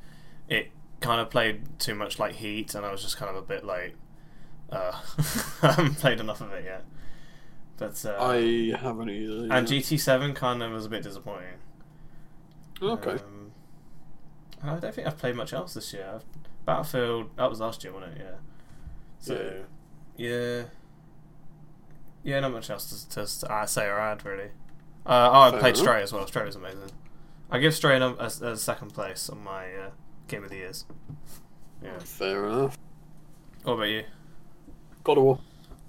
A: It kind of played too much like Heat, and I was just kind of a bit like, uh, I haven't played enough of it yet. But uh,
B: I haven't either.
A: and
B: yeah.
A: GT7 kind of was a bit disappointing.
B: okay.
A: Um, and I don't think I've played much else this year. I've, Battlefield, that was last year, wasn't it? Yeah. So, yeah. Yeah, not much else to, to, to I say or add, really. Uh, oh, I
B: Fair
A: played
B: enough.
A: Stray as well. Stray was amazing. I give Stray a, num- a, a second place on my uh, Game of the Years. Yeah.
B: Fair enough.
A: What about you?
B: God of War.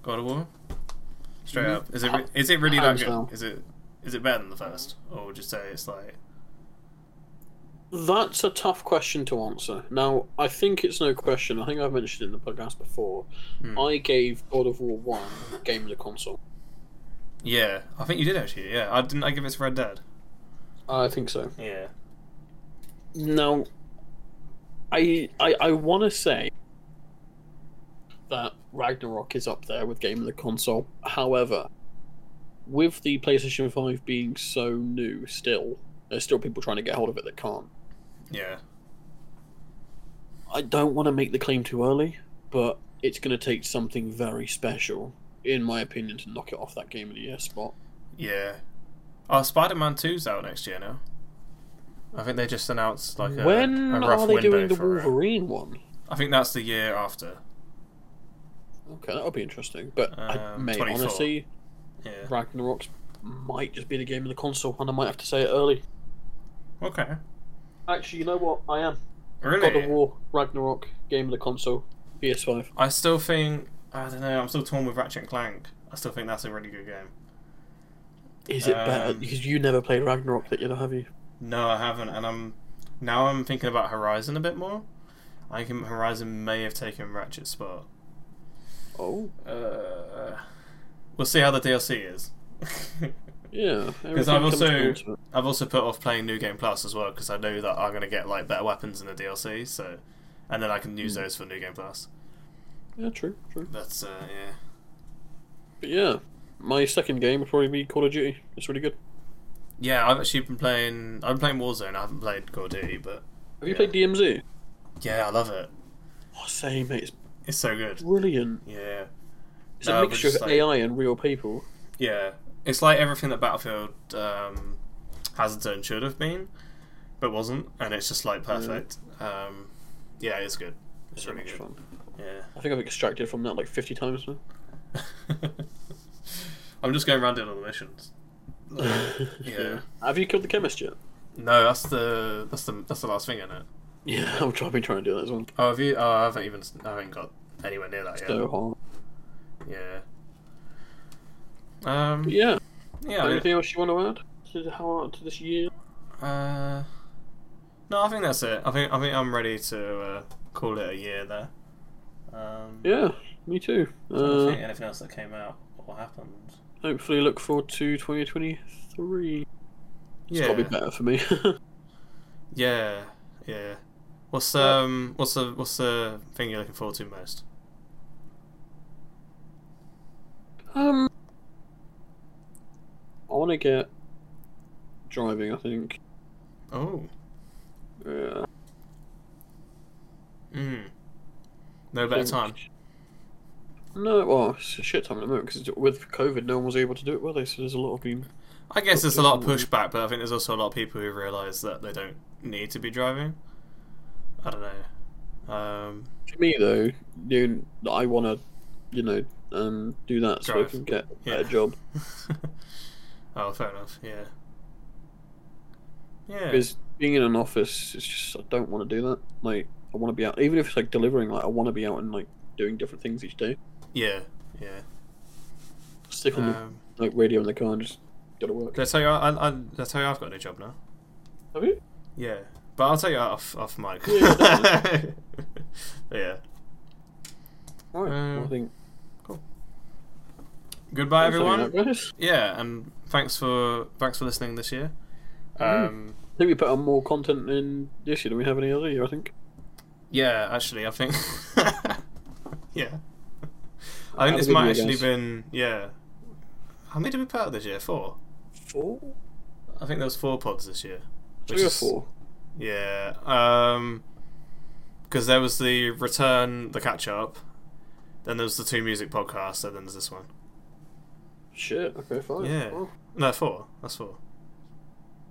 A: God of War? Straight
B: Mhm.
A: up. Is it, re- Mm-hmm. is it really that
B: Hands
A: good?
B: down.
A: Is it is it better than the first? Or would you say it's like.
B: That's a tough question to answer. Now, I think it's no question. I think I've mentioned it in the podcast before.
A: Hmm.
B: I gave God of War 1 Game of the Console.
A: Yeah, I think you did actually. Yeah, I didn't. I give it to Red Dead.
B: I think so.
A: Yeah.
B: Now, I I, I want to say that Ragnarok is up there with Game of the Console. However, with the PlayStation 5 being so new still, there's still people trying to get hold of it that can't.
A: Yeah.
B: I don't want to make the claim too early, but it's going to take something very special, in my opinion, to knock it off that Game of the Year spot.
A: Yeah. Oh, Spider Man 2's out next year now. I think they just announced like a,
B: when
A: a rough
B: are they
A: window
B: doing the
A: for it.
B: Wolverine one?
A: I think that's the year after.
B: Okay, that'll be interesting. But I,
A: Um,
B: mate,
A: 24.
B: honestly,
A: Yeah.
B: Ragnarok's might just be the game of the console, and I might have to say it early.
A: Okay.
B: Actually, you know what? I am.
A: Really?
B: God of War, Ragnarok, game of the console, PS5.
A: I still think I don't know. I'm still torn with Ratchet and Clank. I still think that's a really good game.
B: Is it better?
A: Um,
B: Because you never played Ragnarok, that you know, have you?
A: No, I haven't, and I'm now I'm thinking about Horizon a bit more. I think Horizon may have taken Ratchet's spot.
B: Oh,
A: Uh, we'll see how the DLC is.
B: yeah.
A: Because
B: everything
A: I've
B: comes
A: also
B: down to it.
A: I've also put off playing New Game Plus as well because I know that I'm gonna get like better weapons in the DLC, so and then I can use those for New Game Plus.
B: Yeah, true, true.
A: That's uh, yeah.
B: But yeah, my second game would probably be Call of Duty. It's really good.
A: Yeah, I've actually been playing. I've been playing Warzone. I haven't played Call of Duty, but
B: Have you
A: Yeah.
B: played DMZ?
A: yeah, I love it.
B: Oh, same, mate. It's
A: It's so good.
B: brilliant.
A: Yeah,
B: It's
A: No,
B: a
A: but
B: mixture
A: just
B: of
A: like-
B: AI and real people.
A: yeah. It's like everything that Battlefield um, has its own should have been, but wasn't, and it's just like perfect. Um, yeah, it's good. It's
B: So
A: really
B: much
A: good.
B: fun.
A: Yeah.
B: I think I've extracted from that like 50 times now.
A: I'm just going around doing all the missions. Yeah.
B: Have you killed the chemist yet?
A: No, that's the that's the that's the last thing in it.
B: Yeah, I'm trying, I've been trying to do that as well.
A: Oh, have you? Oh, I haven't even I haven't got anywhere near that yet.
B: No harm.
A: Yeah. Um.
B: But yeah.
A: Yeah. I mean,
B: Anything else you want to add to how to this year?
A: uh. No, I think that's it. I think I think I'm ready to uh, call it a year there. Um,
B: Yeah, me too.
A: I don't think
B: Uh,
A: anything else that came out or happened.
B: hopefully, look forward to 2023. It's
A: Yeah.
B: got to be better for me.
A: Yeah. Yeah. What's um what's the what's the thing you're looking forward to most?
B: um, I want to get driving, I think.
A: Oh.
B: Yeah.
A: Mm. No better time.
B: No, well, it's a shit time at the moment because with COVID, no one was able to do it, were they? So there's a lot of being.
A: I guess there's a lot of pushback, but I think there's also a lot of people who realise that they don't need to be driving. I don't know. Um,
B: To me, though, you, I want to, you know, um, do that so I
A: Drive.
B: can get a better
A: Yeah.
B: job.
A: oh, fair enough. Yeah. Yeah.
B: Because being in an office, it's just I don't want to do that. Like I want to be out, even if it's like delivering. Like I want to be out and like doing different things each day.
A: Yeah. Yeah.
B: Stick on
A: Um,
B: the like radio in the car and just gotta work.
A: did I tell you? I, I, did I tell you I've got a new job now.
B: Have you?
A: Yeah, but I'll tell you off off mic.
B: Yeah.
A: yeah.
B: Right. well, I
A: Um,
B: think.
A: Goodbye,
B: Thanks for hanging
A: everyone.
B: out, guys.
A: Yeah, and thanks for thanks for listening this year.
B: Mhm.
A: Um,
B: I think we put on more content in this year than we have any other year. I think.
A: Yeah, actually, I think. yeah. I
B: Have a
A: think this
B: good
A: might
B: year,
A: actually
B: guys.
A: been yeah. How many did we put out this year? Four.
B: Four.
A: I think there was four pods this year.
B: Three or four.
A: Yeah. Um. Because there was the return, the catch up, then there was the two music podcasts, and then there's this one.
B: Shit. Okay. Fine.
A: Yeah.
B: Well,
A: No, four. That's four.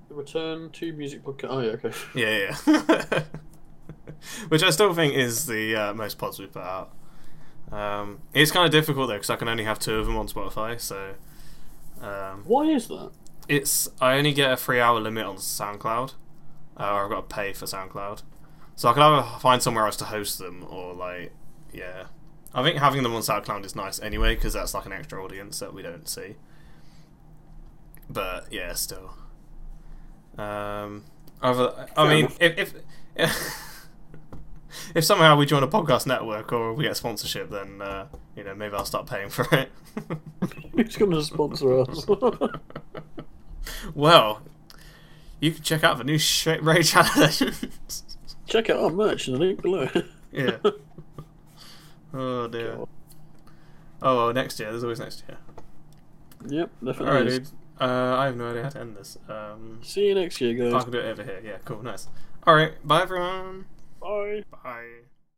B: the return to music podcast. Oh yeah. Okay.
A: Yeah, yeah, yeah. Which I still think is the uh, most pods we put out. Um, it's kind of difficult though because I can only have two of them on Spotify, so um,
B: Why is that?
A: it's I only get a three-hour limit on SoundCloud, uh, or I've got to pay for SoundCloud, so I can either find somewhere else to host them or like, yeah. I think having them on SoundCloud is nice anyway because that's like an extra audience that we don't see. But yeah, still. Um, other, I
B: Fair
A: mean,
B: enough.
A: if, if if somehow we join a podcast network or we get sponsorship, then uh, you know maybe I'll start paying for it.
B: Who's gonna sponsor us?
A: well, you can check out the new sh- Ray Challenge.
B: Check out our merch in the link below.
A: yeah. Oh dear.
B: God.
A: Oh, well, next year. There's always next year.
B: Yep. Definitely.
A: All right, dude. Uh, I have no idea how to end this. Um,
B: See you next year,
A: I
B: guys.
A: can do it over here. Yeah, cool, nice. All right, bye everyone.
B: Bye.
A: Bye.